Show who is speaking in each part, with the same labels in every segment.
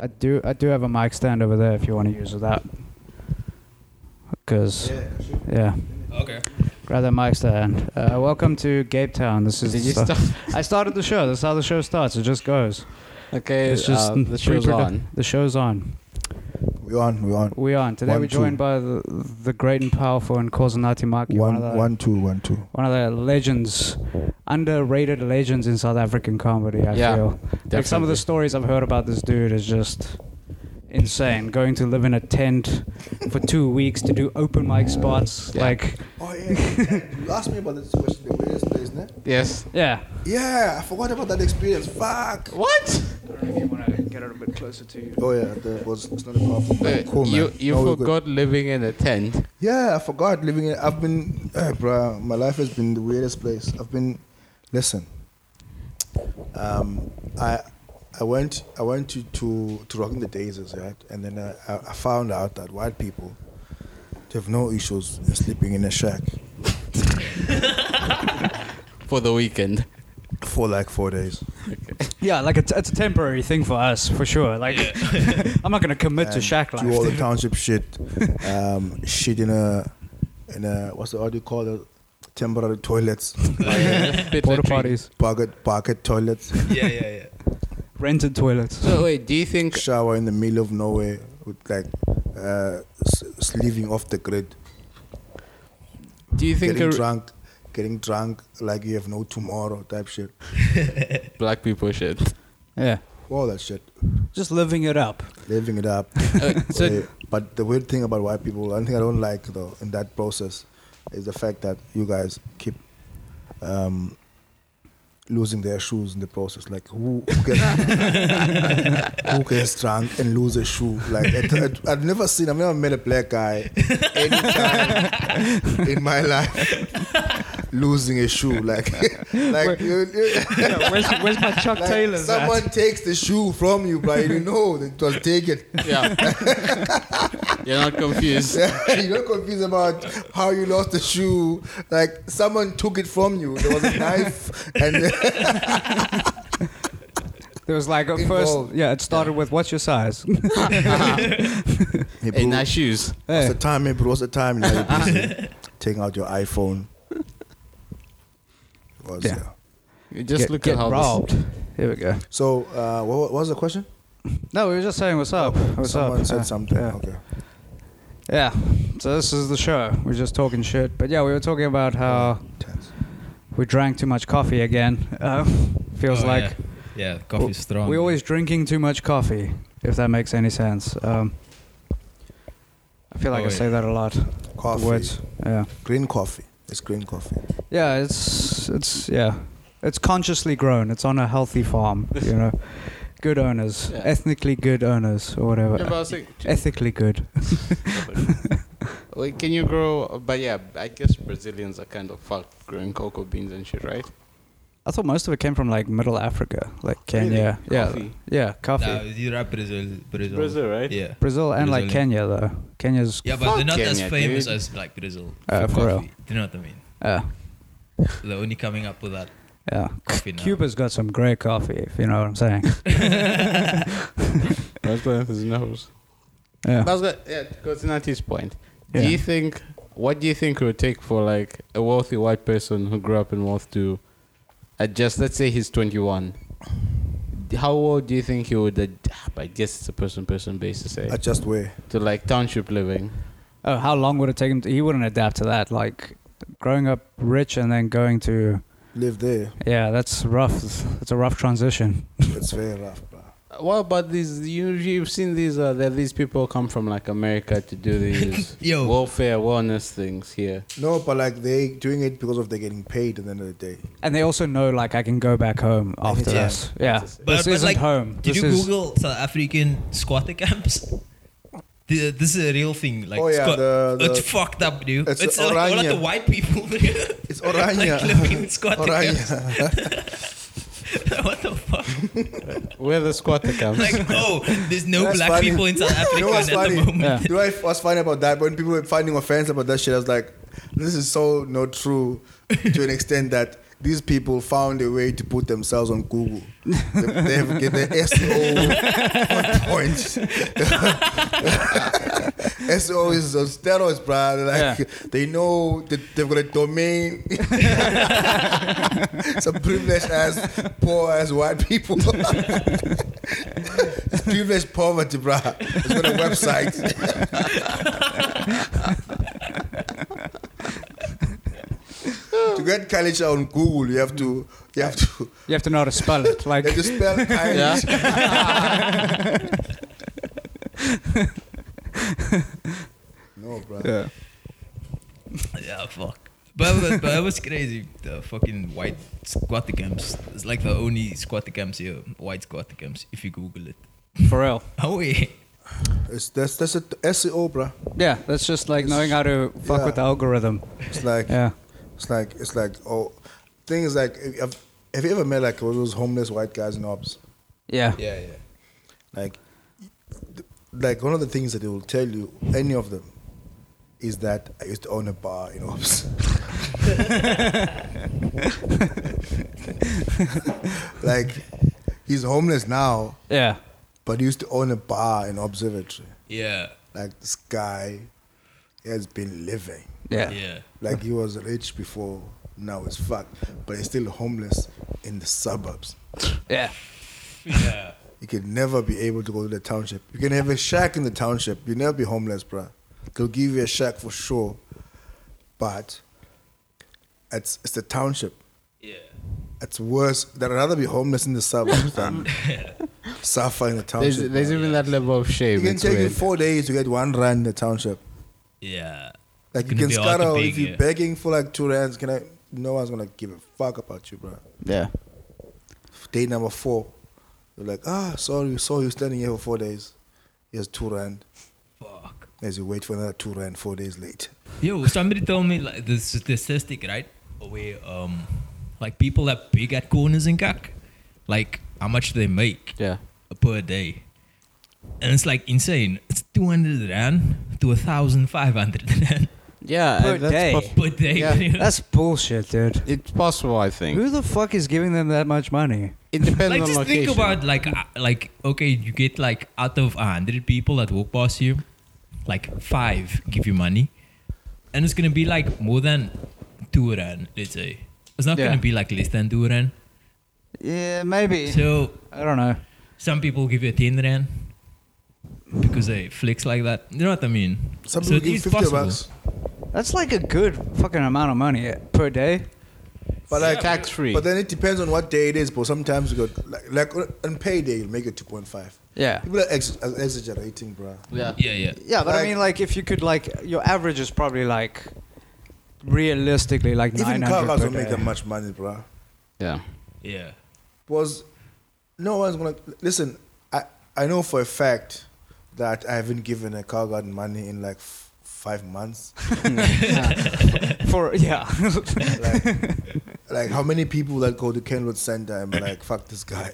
Speaker 1: I do I do have a mic stand over there if you want to use that. Cause yeah,
Speaker 2: Okay.
Speaker 1: grab that mic stand. Uh, welcome to Gape Town. This is
Speaker 3: Did you
Speaker 1: the stuff-
Speaker 3: stop?
Speaker 1: I started the show. That's how the show starts. It just goes.
Speaker 3: Okay,
Speaker 1: It's just
Speaker 3: uh, the show's
Speaker 1: pre-produ-
Speaker 3: on.
Speaker 1: The show's on.
Speaker 4: We on, we on.
Speaker 1: We on today.
Speaker 4: One,
Speaker 1: we're joined
Speaker 4: two.
Speaker 1: by the, the great and powerful and Kozanati Maki, one,
Speaker 4: One,
Speaker 1: of the,
Speaker 4: one, two, one, two.
Speaker 1: one of the legends, underrated legends in South African comedy. I
Speaker 3: Yeah,
Speaker 1: feel like some of the
Speaker 3: definitely.
Speaker 1: stories I've heard about this dude is just insane. Going to live in a tent for two weeks to do open mic spots,
Speaker 3: Yeah.
Speaker 1: like
Speaker 4: Oh yeah, you asked me about this question. The weirdest place, ne?
Speaker 3: Yes.
Speaker 1: yeah.
Speaker 4: Yeah, I forgot about that experience. Fuck.
Speaker 3: What?
Speaker 1: I don't know if you want to get it a bit closer to you.
Speaker 4: Oh yeah, that was it's not a problem.
Speaker 3: Wait,
Speaker 4: cool man.
Speaker 3: you you
Speaker 4: No, we're good.
Speaker 3: forgot living in a tent.
Speaker 4: Yeah, I forgot living. In, I've been, eh, bruh, My life has been the weirdest place. I've been. Listen. Um, I. I went, I went to, to, to Rocking the Daisies, right? And then I, I I found out that white people, they have no issues sleeping in a shack
Speaker 3: for the weekend.
Speaker 4: for like four days.
Speaker 1: Yeah, like it's, it's a temporary thing for us for sure. Like I'm not gonna commit to
Speaker 4: and
Speaker 1: shack life.
Speaker 4: Do all the
Speaker 1: dude.
Speaker 4: township shit, um, shit in a in a what's the what do you call it? Temporary toilets,
Speaker 3: Bit
Speaker 1: Porta
Speaker 3: latrine.
Speaker 1: potties,
Speaker 4: bucket bucket toilets,
Speaker 2: Yeah, yeah, yeah.
Speaker 1: rented toilets.
Speaker 3: So wait, do you think?
Speaker 4: shower in the middle of nowhere with like uh, s- sleeving off the grid,
Speaker 3: Do you think
Speaker 4: getting
Speaker 3: a-
Speaker 4: drunk, getting drunk like you have no tomorrow type shit.
Speaker 3: black people shit?
Speaker 1: Yeah,
Speaker 4: All that shit,
Speaker 1: just living it up.
Speaker 4: living it up.
Speaker 3: Uh, so
Speaker 4: Uh, but the weird thing about white people, one thing I don't like though in that process is the fact that you guys keep um, losing their shoes in the process. Like who, who gets who gets drunk and lose a shoe? Like it, it, I've never seen, I've never met a black guy anytime in my life losing a shoe. Like like. you- you-
Speaker 1: where's, where's my Chuck
Speaker 4: like, someone takes the shoe from you, but you know it was taken.
Speaker 3: yeah, you're not confused.
Speaker 4: you don't confuse about how you lost the shoe. Like someone took it from you. There was a knife, and
Speaker 1: There was like a first.
Speaker 4: Involved.
Speaker 1: Yeah, it started with what's your size?
Speaker 4: hey, bro,
Speaker 3: In our shoes.
Speaker 4: what's
Speaker 1: Hey,
Speaker 4: the time, hey, bro? What's the time? Now you're busy taking out your iPhone. Was,
Speaker 1: Yeah.
Speaker 4: yeah.
Speaker 3: You Just
Speaker 1: get-
Speaker 3: look
Speaker 1: get
Speaker 3: at how
Speaker 1: robbed. Here we go.
Speaker 4: So, uh, what, what was the question?
Speaker 1: No, we were just saying what's up. What's
Speaker 4: Someone
Speaker 1: up?
Speaker 4: said
Speaker 1: Uh,
Speaker 4: something.
Speaker 1: Yeah.
Speaker 4: Okay.
Speaker 1: Yeah. So this is the show. We're just talking shit. But yeah, we were talking about how
Speaker 4: Tense.
Speaker 1: we drank too much coffee again. Uh, feels
Speaker 2: Oh,
Speaker 1: like
Speaker 2: Yeah, yeah coffee's strong.
Speaker 1: we're always drinking too much coffee. If that makes any sense. Um, I feel like
Speaker 2: Oh,
Speaker 1: I
Speaker 2: yeah.
Speaker 1: say that a lot.
Speaker 4: Coffee.
Speaker 1: Words. Yeah.
Speaker 4: Green coffee. It's green coffee.
Speaker 1: Yeah, it's it's yeah, it's consciously grown. It's on a healthy farm, you know. Good owners,
Speaker 3: Yeah.
Speaker 1: ethnically good owners, or whatever.
Speaker 3: Yeah, but I was like,
Speaker 1: Ethically good.
Speaker 3: Like, can you grow? But yeah, I guess Brazilians are kind of fucked growing cocoa beans and shit, right?
Speaker 1: I thought most of it came from like Middle Africa, like Kenya. Yeah,
Speaker 3: Coffee.
Speaker 1: yeah, coffee.
Speaker 2: Nah, you're right, Brazil, Brazil.
Speaker 3: Brazil, right?
Speaker 2: Yeah.
Speaker 1: Brazil and like
Speaker 2: Brazilian.
Speaker 1: Kenya though. Kenya's
Speaker 2: Yeah, but
Speaker 3: Fuck
Speaker 2: they're not
Speaker 3: Kenya,
Speaker 2: as famous
Speaker 3: dude.
Speaker 2: as like Brazil.
Speaker 1: Uh, for real.
Speaker 2: coffee. Do you know what I mean?
Speaker 1: uh,
Speaker 2: They're only coming up with that.
Speaker 1: yeah.
Speaker 2: Coffee now.
Speaker 1: Cuba's got some great coffee, if you know what I'm saying.
Speaker 3: That's what his nose.
Speaker 1: Yeah.
Speaker 3: That's what, yeah, because Nati's point.
Speaker 1: Yeah.
Speaker 3: Do you think what do you think it would take for like a wealthy white person who grew up in wealth to adjust? Let's say he's twenty one. How old do you think he would adapt? I guess it's a person person basis, eh?
Speaker 4: I just wear.
Speaker 3: to like township living.
Speaker 1: Oh, how long would it take him? To, he wouldn't adapt to that. Like growing up rich and then going to
Speaker 4: Live there.
Speaker 1: yeah, that's rough. It's a rough transition.
Speaker 4: It's very rough, bro.
Speaker 3: Uh, What about these? You you've seen these? Uh, that these people come from like America to do these
Speaker 2: Yo.
Speaker 3: welfare wellness things here.
Speaker 4: No, but like they doing it because of they're getting paid at the end of the day.
Speaker 1: And they also know like I can go back home after
Speaker 2: Yeah.
Speaker 1: this. Yeah,
Speaker 3: But-
Speaker 1: this isn't home.
Speaker 2: Did
Speaker 1: this
Speaker 2: you
Speaker 1: is,
Speaker 2: Google South African squatter camps? The, this is a real thing. Like,
Speaker 4: Oh, yeah,
Speaker 2: squat-
Speaker 4: the- the-
Speaker 2: it's fucked up, dude. It's,
Speaker 4: It's
Speaker 2: like, all like
Speaker 4: oranje.
Speaker 2: the white people.
Speaker 4: It's
Speaker 2: like
Speaker 4: oranje.
Speaker 2: living in squatter camps.
Speaker 4: Oranje.
Speaker 2: what the fuck?
Speaker 3: Where the squatter comes.
Speaker 2: Like, oh, there's no
Speaker 4: That's
Speaker 2: black
Speaker 4: funny.
Speaker 2: people in South Africa
Speaker 4: You know what's
Speaker 2: at
Speaker 4: funny?
Speaker 2: the moment.
Speaker 1: Yeah.
Speaker 4: You know what was funny about that? When people were finding offense about that shit, I was like, this is so not true to an extent that these people found a way to put themselves on Google. they, they have get their SEO on point. SEO is on steroids, bro. They're Like
Speaker 5: Yeah.
Speaker 4: they know that they've got a domain. Some privileged ass, poor ass white people. It's privileged poverty, bro. It's got a website. to get culture on Google, you have to you have to
Speaker 5: You have to know how to spell it. Like,
Speaker 4: you have to spell Irish. No, bro.
Speaker 5: yeah.
Speaker 2: Yeah, fuck. But, but, but it was crazy. The fucking white squatter camps. It's like the only squatter camps here, white squatter camps, if you Google it.
Speaker 5: for real.
Speaker 2: Oh, yeah.
Speaker 4: It's that's that's a E SEO, bro.
Speaker 5: Yeah, that's just like knowing how to fuck
Speaker 4: Yeah.
Speaker 5: with the algorithm.
Speaker 4: It's like
Speaker 5: Yeah.
Speaker 4: it's like it's like oh, thing is like have, have you ever met like all those homeless white guys in ops?
Speaker 5: Yeah.
Speaker 2: Yeah, yeah.
Speaker 4: Like, th- like one of the things that they will tell you, any of them, is that I used to own a bar in ops. like, he's homeless now,
Speaker 5: Yeah.
Speaker 4: but he used to own a bar in observatory.
Speaker 2: Yeah.
Speaker 4: Like this guy has been living.
Speaker 5: Yeah.
Speaker 2: Yeah.
Speaker 4: Like he was rich before, now he's fucked, but he's still homeless in the suburbs.
Speaker 5: Yeah.
Speaker 2: Yeah.
Speaker 4: You can never be able to go to the township. You can have a shack in the township. You'll never be homeless, bruh. They'll give you a shack for sure. But it's, it's the township. It's worse. I'd rather be homeless in the suburbs than suffer in the
Speaker 3: There's,
Speaker 4: township.
Speaker 3: there's even that level of shame.
Speaker 4: it can
Speaker 3: it's
Speaker 4: take you
Speaker 3: weird.
Speaker 4: four days to get one rand in the township.
Speaker 2: Yeah.
Speaker 4: Like you
Speaker 2: Gonna
Speaker 4: can
Speaker 2: be hard to
Speaker 4: scatter
Speaker 2: beg,
Speaker 4: if you're
Speaker 2: yeah.
Speaker 4: begging for like two rands. Can I? No one's gonna give a fuck about you, bruh.
Speaker 5: Yeah.
Speaker 4: Day number four, you're like, ah, sorry, we saw you standing here for four days. Here's two rand.
Speaker 2: Fuck.
Speaker 4: as you wait for another two rand four days late.
Speaker 2: Yo, somebody told me like this is the statistic, right? Where um, like people that big at corners in Kak, like how much they make
Speaker 3: Yeah.
Speaker 2: per day, and it's like insane. It's two hundred rand to thousand five hundred rand
Speaker 3: Yeah.
Speaker 5: Per
Speaker 3: and that's
Speaker 5: day.
Speaker 3: pos-
Speaker 2: per day.
Speaker 3: Yeah,
Speaker 2: you know?
Speaker 5: That's bullshit, dude.
Speaker 3: it's possible, I think.
Speaker 5: Who the fuck is giving them that much money?
Speaker 3: It depends
Speaker 2: like
Speaker 3: on
Speaker 2: just
Speaker 3: location.
Speaker 2: think about like uh, like okay, you get like out of hundred people that walk past you, like five give you money, and it's gonna be like more than two rand, let's say. It's not
Speaker 3: Yeah.
Speaker 2: gonna be like less than two rand.
Speaker 5: Yeah, maybe.
Speaker 2: So
Speaker 5: I don't know.
Speaker 2: some people give you a 10 rand because they flex like that. You know what I mean?
Speaker 4: Some
Speaker 2: So
Speaker 4: people
Speaker 2: it
Speaker 4: give
Speaker 2: is
Speaker 4: 50
Speaker 2: possible.
Speaker 4: bucks.
Speaker 5: That's like a good fucking amount of money per day.
Speaker 4: But like
Speaker 3: tax free.
Speaker 4: But then it depends on what day it is, but sometimes you got like like on- on payday you'll make it two point five.
Speaker 5: Yeah.
Speaker 4: People are ex- are exaggerating, bruh.
Speaker 3: yeah.
Speaker 2: Yeah, yeah.
Speaker 5: Yeah, but I
Speaker 4: Like-
Speaker 5: mean, like, if you could, like, your average is probably like, realistically, like nine
Speaker 4: Even
Speaker 5: hundred
Speaker 4: car guys
Speaker 5: per
Speaker 4: don't make
Speaker 5: day.
Speaker 4: that much money, bruh.
Speaker 3: Yeah.
Speaker 2: Yeah.
Speaker 4: Was no one's gonna listen. I I know for a fact that I haven't given a car guard money in like f- five months.
Speaker 5: For yeah,
Speaker 4: Like, like how many people that go to Kenwood Center and be like, fuck this guy.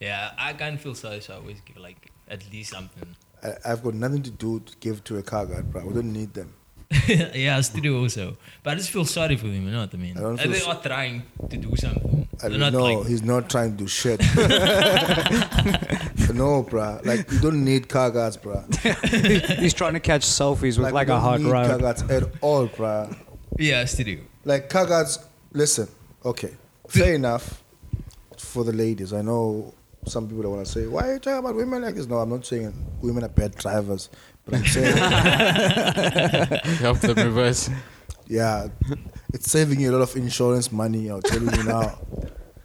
Speaker 2: Yeah, I can feel sorry, so I always give like at least something.
Speaker 4: I, I've got nothing to do to give to a car guard, bruh. We don't need them.
Speaker 2: yeah, studio also. But I just feel sorry for them, you know what I mean?
Speaker 4: I don't
Speaker 2: And
Speaker 4: feel
Speaker 2: they
Speaker 4: s-
Speaker 2: are trying to do something.
Speaker 4: I
Speaker 2: They're
Speaker 4: don't
Speaker 2: not
Speaker 4: know.
Speaker 2: like,
Speaker 4: he's not trying to do shit. no, bruh. Like you don't need car guards, bruh.
Speaker 5: he's trying to catch selfies with like,
Speaker 4: we
Speaker 5: a
Speaker 4: don't
Speaker 5: hard
Speaker 4: need Car
Speaker 5: road.
Speaker 4: guards at all, bruh.
Speaker 2: yeah, studio.
Speaker 4: Like car guards. Listen, okay, fair enough. For the ladies, I know some people that want to say, "Why are you talking about women like this?" No, I'm not saying women are bad drivers, but I'm saying,
Speaker 3: Help the reverse.
Speaker 4: yeah, it's saving you a lot of insurance money. I'm telling you now.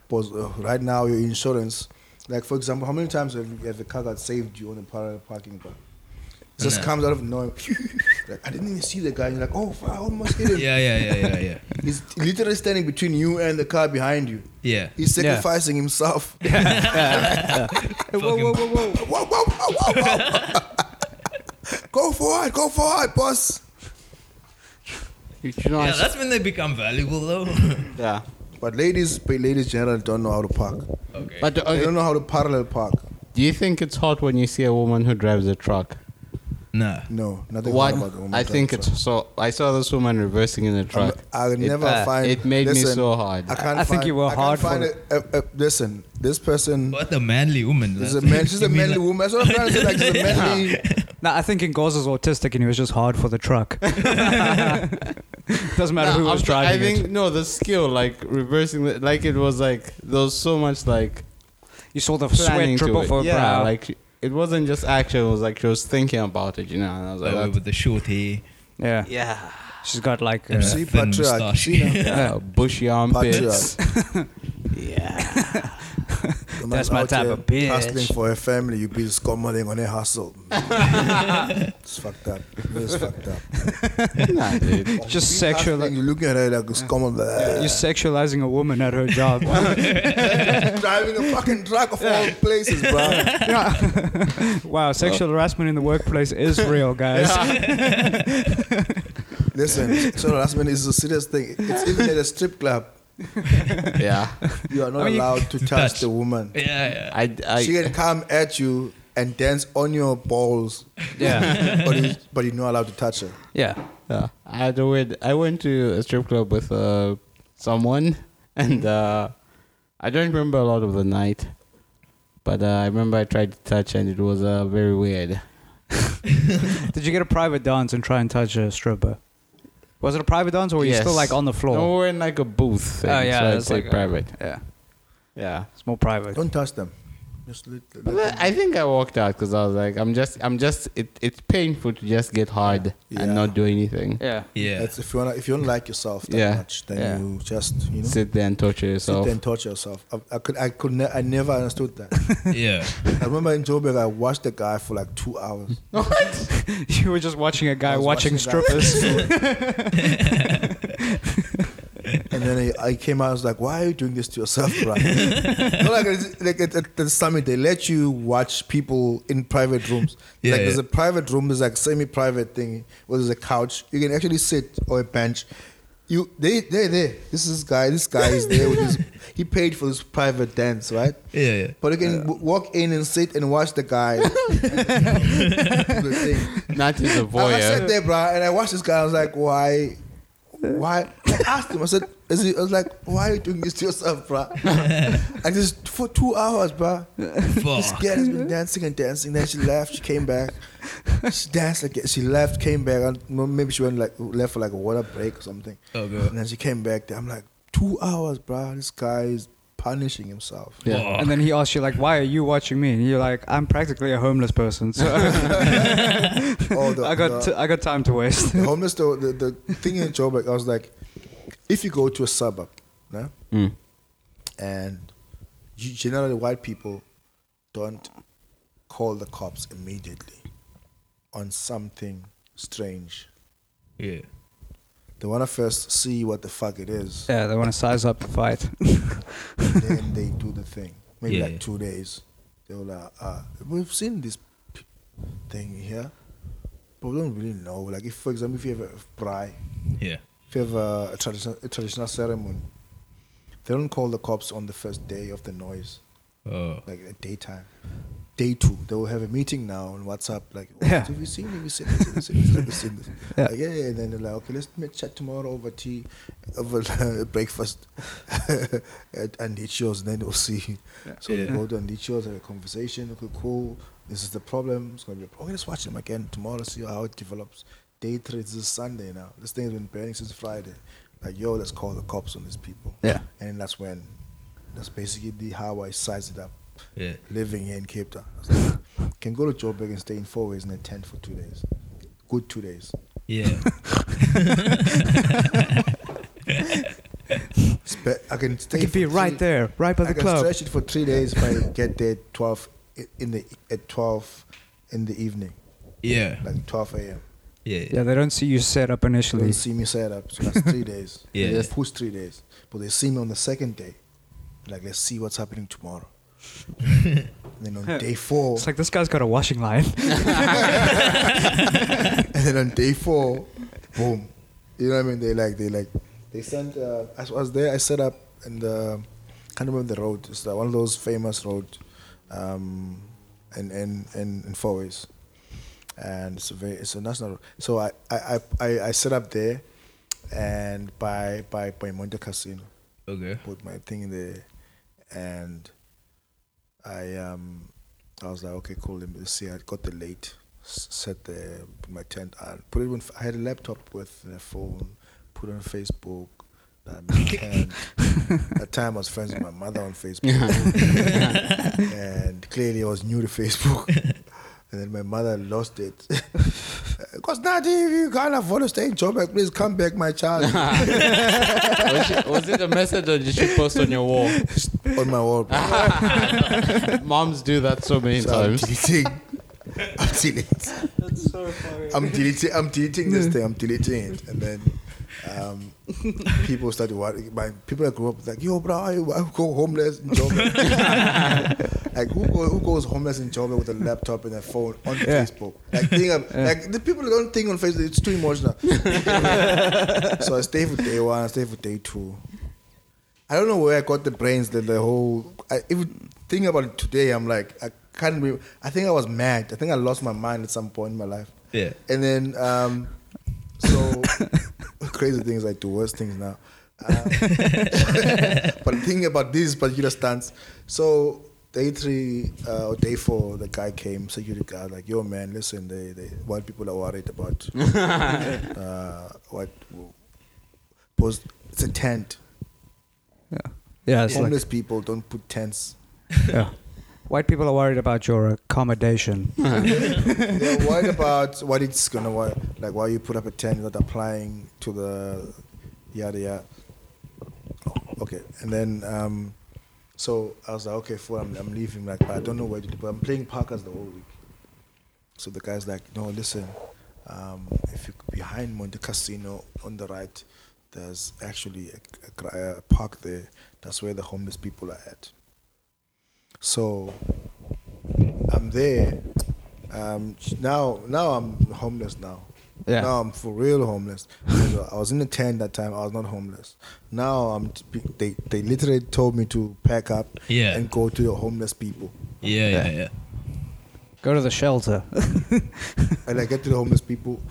Speaker 4: Because uh, right now, your insurance, like for example, how many times have, you- have a car guard saved you on a parallel parking bar? It just
Speaker 2: Yeah.
Speaker 4: comes out of nowhere. like, I didn't even see the guy. And you're like, oh, fuck, I almost hit him.
Speaker 2: Yeah, yeah, yeah, yeah, yeah.
Speaker 4: He's literally standing between you and the car behind you.
Speaker 2: Yeah.
Speaker 4: He's sacrificing himself.
Speaker 5: Whoa, whoa, whoa, whoa!
Speaker 4: whoa, whoa, whoa, whoa, whoa. go forward, go forward, boss.
Speaker 3: You should
Speaker 2: Yeah,
Speaker 3: not-
Speaker 2: that's when they become valuable though.
Speaker 3: yeah.
Speaker 4: But ladies, but ladies generally don't know how to park.
Speaker 2: okay.
Speaker 3: But uh,
Speaker 4: They
Speaker 3: okay,
Speaker 4: don't know how to parallel park.
Speaker 3: do you think it's hot when you see a woman who drives a truck?
Speaker 2: No.
Speaker 4: No, nothing hard about the
Speaker 3: One,
Speaker 4: woman
Speaker 3: I think
Speaker 4: driver.
Speaker 3: it's so. I saw this woman reversing in a
Speaker 4: I'm-
Speaker 3: truck.
Speaker 4: I'll never
Speaker 3: uh,
Speaker 4: find
Speaker 3: it made me
Speaker 4: listen,
Speaker 3: so hard.
Speaker 4: I can't.
Speaker 5: I think
Speaker 4: find-
Speaker 5: you were
Speaker 4: I can't
Speaker 5: hard
Speaker 4: find
Speaker 5: for-
Speaker 4: it. Uh, uh, listen, this person
Speaker 2: What a manly woman.
Speaker 4: is a
Speaker 2: lad.
Speaker 4: man. She's
Speaker 2: You
Speaker 4: a
Speaker 2: mean
Speaker 4: manly
Speaker 2: like-
Speaker 4: woman. That's what I'm trying to say. Like she's a manly.
Speaker 5: No, I think Ngoza's autistic and he was just hard for the truck. Doesn't matter
Speaker 3: Nah,
Speaker 5: who was
Speaker 3: I'm-
Speaker 5: driving
Speaker 3: I think
Speaker 5: it.
Speaker 3: no, the skill like reversing, the, like it was like there was so much like
Speaker 5: You saw the
Speaker 3: planning
Speaker 5: sweat
Speaker 3: to
Speaker 5: triple
Speaker 3: it.
Speaker 5: for
Speaker 3: yeah,
Speaker 5: brow.
Speaker 3: like it wasn't just action. It was like she was thinking about it, you know. And I was like,
Speaker 2: Uh,
Speaker 3: that's-
Speaker 2: with the short hair.
Speaker 5: yeah.
Speaker 3: yeah,
Speaker 5: She's got like.
Speaker 2: and
Speaker 5: uh,
Speaker 2: a
Speaker 4: See,
Speaker 2: thin
Speaker 4: patriarch,
Speaker 2: moustache.
Speaker 4: see now.
Speaker 3: yeah, bushy armpits. yeah,
Speaker 4: The
Speaker 5: That's
Speaker 4: man's
Speaker 5: my
Speaker 4: out
Speaker 5: type
Speaker 4: here
Speaker 5: of bitch.
Speaker 4: Hustling for her family, you be scumbling on her hustle. it's fucked up. It's fucked up.
Speaker 3: nah, dude.
Speaker 5: Just
Speaker 4: You
Speaker 5: sexual-
Speaker 4: hustling, You looking at her like a scumbling.
Speaker 5: You're sexualizing a woman at her job.
Speaker 4: driving a fucking truck of all places, bro.
Speaker 5: Yeah. wow, sexual harassment in the workplace is real, guys.
Speaker 4: Listen, sexual harassment is a serious thing. It's even at a strip club.
Speaker 3: yeah.
Speaker 4: You are not
Speaker 5: I mean, you-
Speaker 4: allowed to
Speaker 2: To
Speaker 4: touch,
Speaker 2: touch.
Speaker 4: the woman.
Speaker 2: Yeah, yeah.
Speaker 3: I, I,
Speaker 4: she can come at you and dance on your balls,
Speaker 5: Yeah.
Speaker 4: but, you, but you're not allowed to touch her.
Speaker 5: Yeah.
Speaker 3: Yeah. I had a weird. I went to a strip club with uh, someone, and uh, I don't remember a lot of the night, but uh, I remember I tried to touch, and it was uh, very weird.
Speaker 5: Did you get a private dance and try and touch a stripper? Was it a private dance or were you
Speaker 3: Yes.
Speaker 5: still like on the floor?
Speaker 3: No, we we're in like a booth. Thing,
Speaker 5: Oh, yeah,
Speaker 3: so
Speaker 5: that's
Speaker 3: it's like
Speaker 5: like a-
Speaker 3: private.
Speaker 5: Yeah.
Speaker 3: Yeah.
Speaker 5: It's more private.
Speaker 3: Oh.
Speaker 4: Don't touch them. Just let, let them-
Speaker 3: But then I think I walked out because I was like, I'm just, I'm just. It, it's painful to just get hard
Speaker 4: Yeah.
Speaker 3: and not do anything.
Speaker 5: Yeah.
Speaker 2: Yeah.
Speaker 4: That's if you wanna, if you don't like yourself that
Speaker 3: Yeah.
Speaker 4: much, then
Speaker 5: Yeah.
Speaker 4: you just you know sit
Speaker 3: Sit there and torture yourself.
Speaker 4: there and torture yourself. I, I could I could ne- I never understood that.
Speaker 2: yeah.
Speaker 4: I remember in Joburg I watched the guy for like two hours.
Speaker 5: you were just watching a guy
Speaker 4: was
Speaker 5: watching,
Speaker 4: watching a guy-
Speaker 5: strippers.
Speaker 4: And then I, I came out, I was like, why are you doing this to yourself, bro? no, like, it's- like at, at the summit, they let you watch people in private rooms.
Speaker 2: Yeah,
Speaker 4: like
Speaker 2: yeah.
Speaker 4: there's a private room, there's like semi-private thing, where there's a couch. You can actually sit or a bench. You, they, they, there. This is guy. This guy is there. With his, he paid for this private dance, right?
Speaker 2: Yeah, yeah.
Speaker 4: But you can w- walk in and sit and watch the guy. the thing.
Speaker 3: not just a
Speaker 4: I, I sat
Speaker 3: voyeur.
Speaker 4: there, bro, and I watched this guy. I was like, why? Why? I asked him. I said, is he, I was like, why are you doing this to yourself, bro? I just for two hours, bro. This
Speaker 2: Fuck.
Speaker 4: girl has been dancing and dancing. Then she left. She came back. She danced like she left, came back. And m- maybe she went like left for like a water break or something.
Speaker 2: Oh,
Speaker 4: And
Speaker 2: God.
Speaker 4: then she came back. There. I'm like, two hours, bro. This guy is punishing himself.
Speaker 3: Yeah.
Speaker 5: and then he asks you like, "Why are you watching me?" And you're like, "I'm practically a homeless person, so
Speaker 4: Oh, the-
Speaker 5: I got
Speaker 4: the-
Speaker 5: t- I got time to waste."
Speaker 4: the homeless though the, the thing in Joburg I was like if you go to a suburb no?
Speaker 3: Mm.
Speaker 4: and you, generally white people don't call the cops immediately on something strange
Speaker 2: Yeah.
Speaker 4: they want to first see what the fuck it is
Speaker 5: yeah, they want to size up the fight.
Speaker 4: and then they do the thing maybe
Speaker 2: Yeah,
Speaker 4: like
Speaker 2: yeah.
Speaker 4: two days they were like ah, we've seen this p- thing here but we don't really know like if for example if you have a braai
Speaker 2: Yeah.
Speaker 4: if you have a, a, traditional, a traditional ceremony, they don't call the cops on the first day of the noise,
Speaker 2: Oh.
Speaker 4: like at daytime. Day two, they will have a meeting now on WhatsApp. Like, oh,
Speaker 5: Yeah.
Speaker 4: have you seen? Have you seen this? Have you seen this? Have you seen this?
Speaker 5: Yeah.
Speaker 4: Like, yeah, yeah. And then they're like, okay, let's meet- chat tomorrow over tea, over breakfast at Andicho's, and then we'll see. So they
Speaker 2: Yeah.
Speaker 4: go to Andicho's, have a conversation. Okay, cool. This is the problem. It's gonna be. A problem. Okay, let's watch them again tomorrow. See how it develops. Day three. This is Sunday now. This thing's been burning since Friday. Like, yo, let's call the cops on these people.
Speaker 5: Yeah.
Speaker 4: And that's when. That's basically the, how I sized it up
Speaker 2: Yeah.
Speaker 4: living here in Cape Town. I was like, can go to Joburg and stay in four ways and then tent for two days. Good two days.
Speaker 2: Yeah.
Speaker 4: Spe- I can stay.
Speaker 5: I could
Speaker 4: for
Speaker 5: be right
Speaker 4: three-
Speaker 5: there, right by
Speaker 4: I
Speaker 5: the
Speaker 4: can
Speaker 5: club.
Speaker 4: stretch it for three days if I get there at twelve i- in the at twelve in the evening,
Speaker 2: Yeah.
Speaker 4: like twelve a.m.
Speaker 2: Yeah.
Speaker 5: Yeah, they don't see you set up
Speaker 4: They
Speaker 5: initially.
Speaker 4: don't see me set up. So that's three days.
Speaker 2: Yeah,
Speaker 4: They just
Speaker 2: yeah.
Speaker 4: push three days, but they see me on the second day. Like let's see what's happening tomorrow. and then on day four,
Speaker 5: It's like this guy's got a washing line.
Speaker 4: and then on day four, boom. You know what I mean? They like they like they sent. Uh, I was there. I set up in the can't remember the road. It's like one of those famous road, um, and and and in four ways. and it's a very it's a national. So I I I, I, I set up there, and by by by Monte Casino,
Speaker 2: Okay.
Speaker 4: put my thing in there, and I um I was like okay cool let me see I got the late s- set the put my tent and put it on I had a laptop with a phone put it on Facebook. that my tent. At time I was friends with my mother on Facebook and clearly I was new to Facebook. and then my mother lost it. Because now, if you can't afford to stay in Joburg, please come back, my child.
Speaker 3: was, she- was it a message or did she post on your wall?
Speaker 4: on my wall. bro.
Speaker 3: Moms do that so many
Speaker 4: So I'm
Speaker 3: times.
Speaker 4: deleting. I'm deleting. That's so funny. I'm deleting. I'm deleting this thing. I'm deleting it, and then um, people started worrying. My people that grew up like, yo, bro, I, I go homeless in Joburg. like, who, go, who goes homeless in Joburg with a laptop and a phone on Facebook? Like, think of, like the people don't think on Facebook. It's too emotional. so I stayed for day one. I stayed for day two. I don't know where I got the brains that the whole. I, if you think about it today, I'm like I can't. Re- I think I was mad. I think I lost my mind at some point in my life.
Speaker 2: Yeah.
Speaker 4: And then, um, so crazy things like the worst things now. Um, but thinking about this particular stance, so day three uh, or day four, the guy came, security guard, like, "Yo, man, listen, they, they white people are worried about uh, what post. It's a tent.
Speaker 5: Yeah, it's like
Speaker 4: Homeless people don't put tents.
Speaker 5: yeah. white people are worried about your accommodation.
Speaker 4: They're worried about what it's gonna work. Like why you put up a tent not applying to the yada yada. Oh, okay, and then um, so I was like, okay, fool, I'm, I'm leaving. Like, but I don't know where to. But I'm playing Parkers the whole week. So the guy's like, no, listen, um, if you behind Monte Casino on the right, there's actually a, a, gra- a park there. That's where the homeless people are at. So I'm there. Um, now, now I'm homeless now.
Speaker 5: Yeah.
Speaker 4: Now I'm for real homeless. So I was in a tent that time. I was not homeless. Now I'm. They they literally told me to pack up
Speaker 2: Yeah.
Speaker 4: and go to the homeless people.
Speaker 2: Yeah, yeah, yeah.
Speaker 5: Go to the shelter.
Speaker 4: And I get to the homeless people.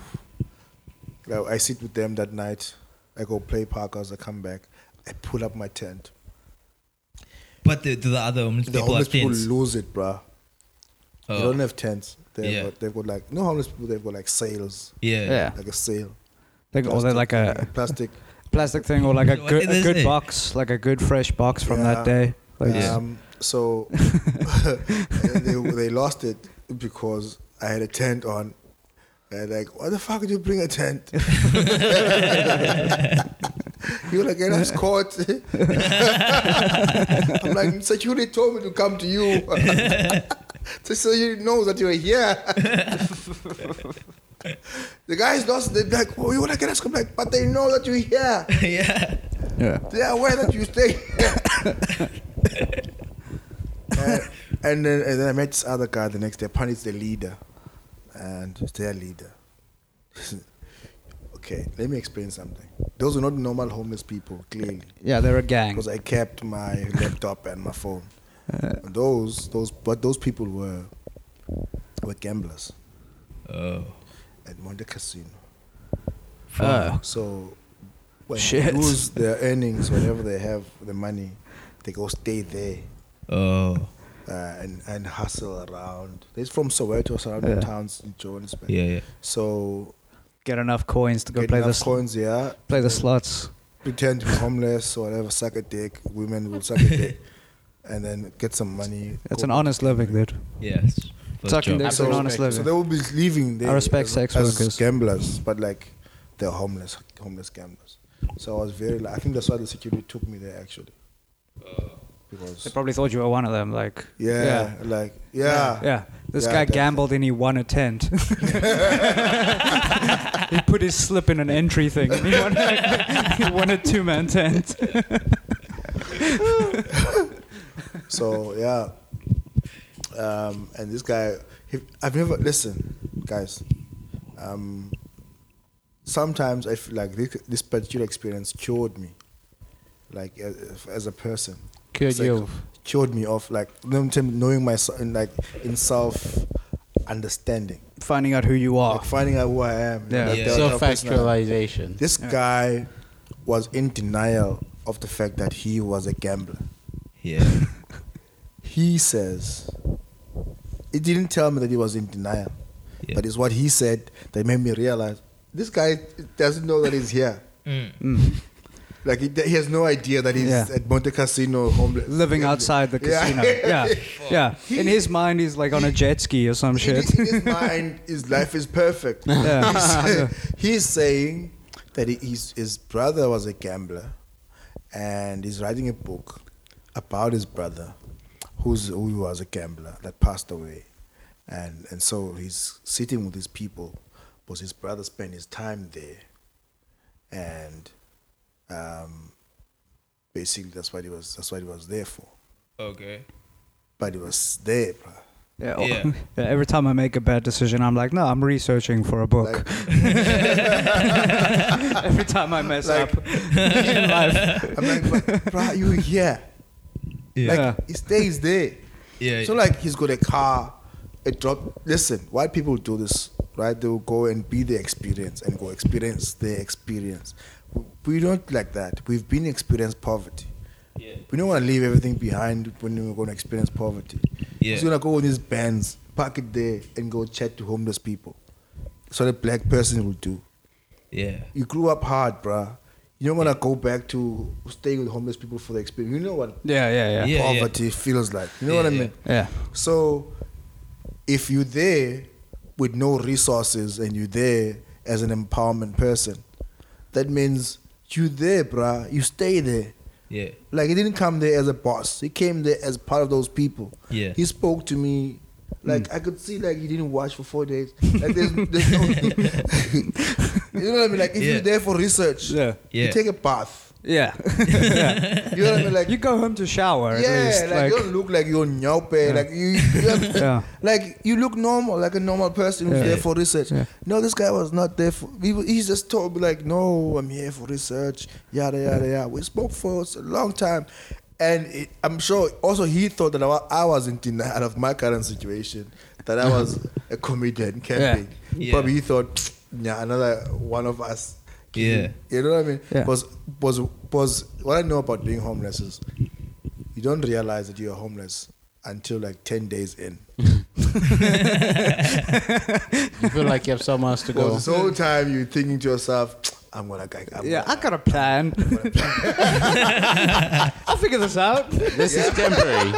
Speaker 4: I, I sit with them that night. I go play Parkers. I come back. I pull up my tent.
Speaker 2: But the, the other homeless
Speaker 4: The
Speaker 2: people
Speaker 4: homeless
Speaker 2: have
Speaker 4: people
Speaker 2: tents.
Speaker 4: lose it, bruh. They
Speaker 2: oh.
Speaker 4: don't have tents. They've,
Speaker 2: Yeah.
Speaker 4: got, they've got like no homeless people. They've got like sails,
Speaker 2: yeah.
Speaker 5: yeah.
Speaker 4: like a sail.
Speaker 5: Like, or they're like a
Speaker 4: plastic.
Speaker 5: plastic thing or like a
Speaker 2: What
Speaker 5: good, a
Speaker 2: is
Speaker 5: good
Speaker 2: it?
Speaker 5: box, like a good fresh box from
Speaker 4: Yeah.
Speaker 5: that day. Like
Speaker 2: Yeah.
Speaker 4: Um, so and they, they lost it because I had a tent on. And like, why the fuck did you bring a tent? You're like, and I was caught. I'm like, "Mm, security told me to come to you. so, so you know that you're here. the guys lost. They're like, oh, you want to get us? I'm like, but they know that you're here.
Speaker 2: yeah.
Speaker 5: yeah.
Speaker 4: They are aware that you stay. Uh, and then and then I met this other guy the next day. Apparently, it's the leader, and it's their leader. okay, let me explain something. Those are not normal homeless people, clearly,
Speaker 5: Yeah, they're a gang.
Speaker 4: because I kept my laptop and my phone.
Speaker 5: Uh.
Speaker 4: And those those but those people were were gamblers
Speaker 2: Oh.
Speaker 4: at Monte Casino. Uh.
Speaker 5: Fuck.
Speaker 4: So when
Speaker 5: Oh. Shit.
Speaker 4: they lose their earnings, whenever they have the money, they go stay there
Speaker 2: oh.
Speaker 4: uh, and and hustle around. They're from Soweto, surrounding
Speaker 5: Yeah.
Speaker 4: towns in Johannesburg.
Speaker 2: Yeah, yeah.
Speaker 4: So
Speaker 5: Get enough coins to go
Speaker 4: get
Speaker 5: play the
Speaker 4: enough
Speaker 5: s-
Speaker 4: coins, yeah.
Speaker 5: play the slots.
Speaker 4: Pretend to be homeless or whatever, suck a dick. Women will suck a dick, and then get some money.
Speaker 5: That's
Speaker 4: go
Speaker 5: an
Speaker 4: back.
Speaker 5: honest living, dude.
Speaker 2: Yes. First
Speaker 5: Tucking
Speaker 2: job.
Speaker 5: their- That's an honest
Speaker 4: respect- So
Speaker 5: living.
Speaker 4: they will be leaving. There
Speaker 5: respect
Speaker 4: as,
Speaker 5: sex
Speaker 4: as
Speaker 5: workers.
Speaker 4: gamblers, but like they're homeless, homeless gamblers. So I was very. li- I think that's why the security took me there actually, because
Speaker 5: They probably thought you were one of them. Like,
Speaker 4: yeah, like yeah,
Speaker 5: yeah. yeah. This
Speaker 4: Yeah,
Speaker 5: guy
Speaker 4: definitely.
Speaker 5: gambled and he won a tent. he put his slip in an entry thing. And he won, he won a two-man tent.
Speaker 4: So yeah, um, and this guy, he, I've never listen, guys. Um, sometimes I feel like this, this particular experience cured me, like as, as a person.
Speaker 3: Cured
Speaker 4: It's like,
Speaker 3: you of?
Speaker 4: Cured me of like them- them knowing myself, and like in self understanding,
Speaker 5: Finding out who you are.
Speaker 3: Ah.
Speaker 4: like finding out who I am.
Speaker 5: Yeah.
Speaker 4: Like, there
Speaker 2: Yeah.
Speaker 4: was
Speaker 3: Self
Speaker 4: a person that-
Speaker 3: actualization.
Speaker 4: This guy was in denial of the fact that he was a gambler.
Speaker 2: Yeah.
Speaker 4: He says, he didn't tell me that he was in denial,
Speaker 2: Yeah.
Speaker 4: but it's what he said that made me realize this guy doesn't know that he's here.
Speaker 2: Mm.
Speaker 5: Mm.
Speaker 4: Like he, he has no idea that he's
Speaker 5: Yeah.
Speaker 4: at Monte Casino homeless,
Speaker 5: Living
Speaker 4: Yeah.
Speaker 5: outside the
Speaker 4: Yeah.
Speaker 5: casino. Yeah. Yeah. In his mind, he's like on a jet ski or some
Speaker 4: In
Speaker 5: shit.
Speaker 4: his- In his mind, his life is perfect.
Speaker 5: Yeah.
Speaker 4: He's- he's saying that he, his, his brother was a gambler, and he's writing a book about his brother, who's who was a gambler that passed away, and and so he's sitting with his people, because his brother spent his time there, and um, basically that's what he was that's what he was there for.
Speaker 2: Okay.
Speaker 4: But he was there, bruh.
Speaker 5: Yeah. or-
Speaker 2: Yeah.
Speaker 5: yeah, Every time I make a bad decision, I'm like, no, I'm researching for a book. every time I mess
Speaker 4: Like-
Speaker 5: up in life.
Speaker 4: I'm like, but, bruh, you here.
Speaker 2: Yeah.
Speaker 5: Yeah.
Speaker 4: Like he stays there.
Speaker 2: Yeah.
Speaker 4: So like he's got a car, a drop. Listen, white people do this, right? They will go and be the experience and go experience their experience. We don't like that. We've been experienced poverty.
Speaker 2: Yeah.
Speaker 4: We don't want to leave everything behind when we're going to experience poverty.
Speaker 2: Yeah.
Speaker 4: He's gonna go with his bands, park it there, and go chat to homeless people. That's what a black person will do.
Speaker 2: Yeah.
Speaker 4: You grew up hard, bruh. You don't want to go back to staying with homeless people for the experience. You know what
Speaker 5: Yeah. Yeah. Yeah.
Speaker 2: Yeah.
Speaker 4: poverty feels like. You know what I
Speaker 2: Yeah,
Speaker 4: mean?
Speaker 5: Yeah.
Speaker 4: So if you're there with no resources and you're there as an empowerment person, that means you there, bruh. You stay there.
Speaker 2: Yeah.
Speaker 4: Like he didn't come there as a boss. He came there as part of those people.
Speaker 2: Yeah. Hmm.
Speaker 4: He spoke to me. Like I could see like you didn't watch for four days. Like there's, there's no You know what I mean? Like if
Speaker 2: Yeah.
Speaker 4: you're there for research,
Speaker 5: Yeah.
Speaker 2: Yeah.
Speaker 4: you take a bath.
Speaker 5: Yeah. yeah.
Speaker 4: You know what I mean? Like
Speaker 5: you go home to shower. at
Speaker 4: yeah,
Speaker 5: least,
Speaker 4: like, you don't look like you're nyope. Like you, you have-
Speaker 5: Yeah.
Speaker 4: like you look normal, like a normal person who's
Speaker 5: Yeah.
Speaker 4: there for research.
Speaker 5: Yeah.
Speaker 4: No, this guy was not there for. He, wa- he just told me like, no, I'm here for research. Yada yada yada. We spoke for a long time, and it, I'm sure also he thought that I wa- I was in denial of my current situation, that I was a comedian camping.
Speaker 2: Yeah.
Speaker 4: Probably he thought, yeah, another one of us.
Speaker 2: Yeah.
Speaker 4: You know what I mean?
Speaker 5: Yeah.
Speaker 4: Was was was what I know about being homeless is you don't realize that you're homeless until like ten days in.
Speaker 3: You feel like you have somewhere else to
Speaker 4: Because
Speaker 3: go.
Speaker 4: this whole time you're thinking to yourself, I'm gonna gag I'm
Speaker 5: yeah, I
Speaker 4: gonna,
Speaker 5: got a plan. I'll figure this out.
Speaker 3: This is temporary.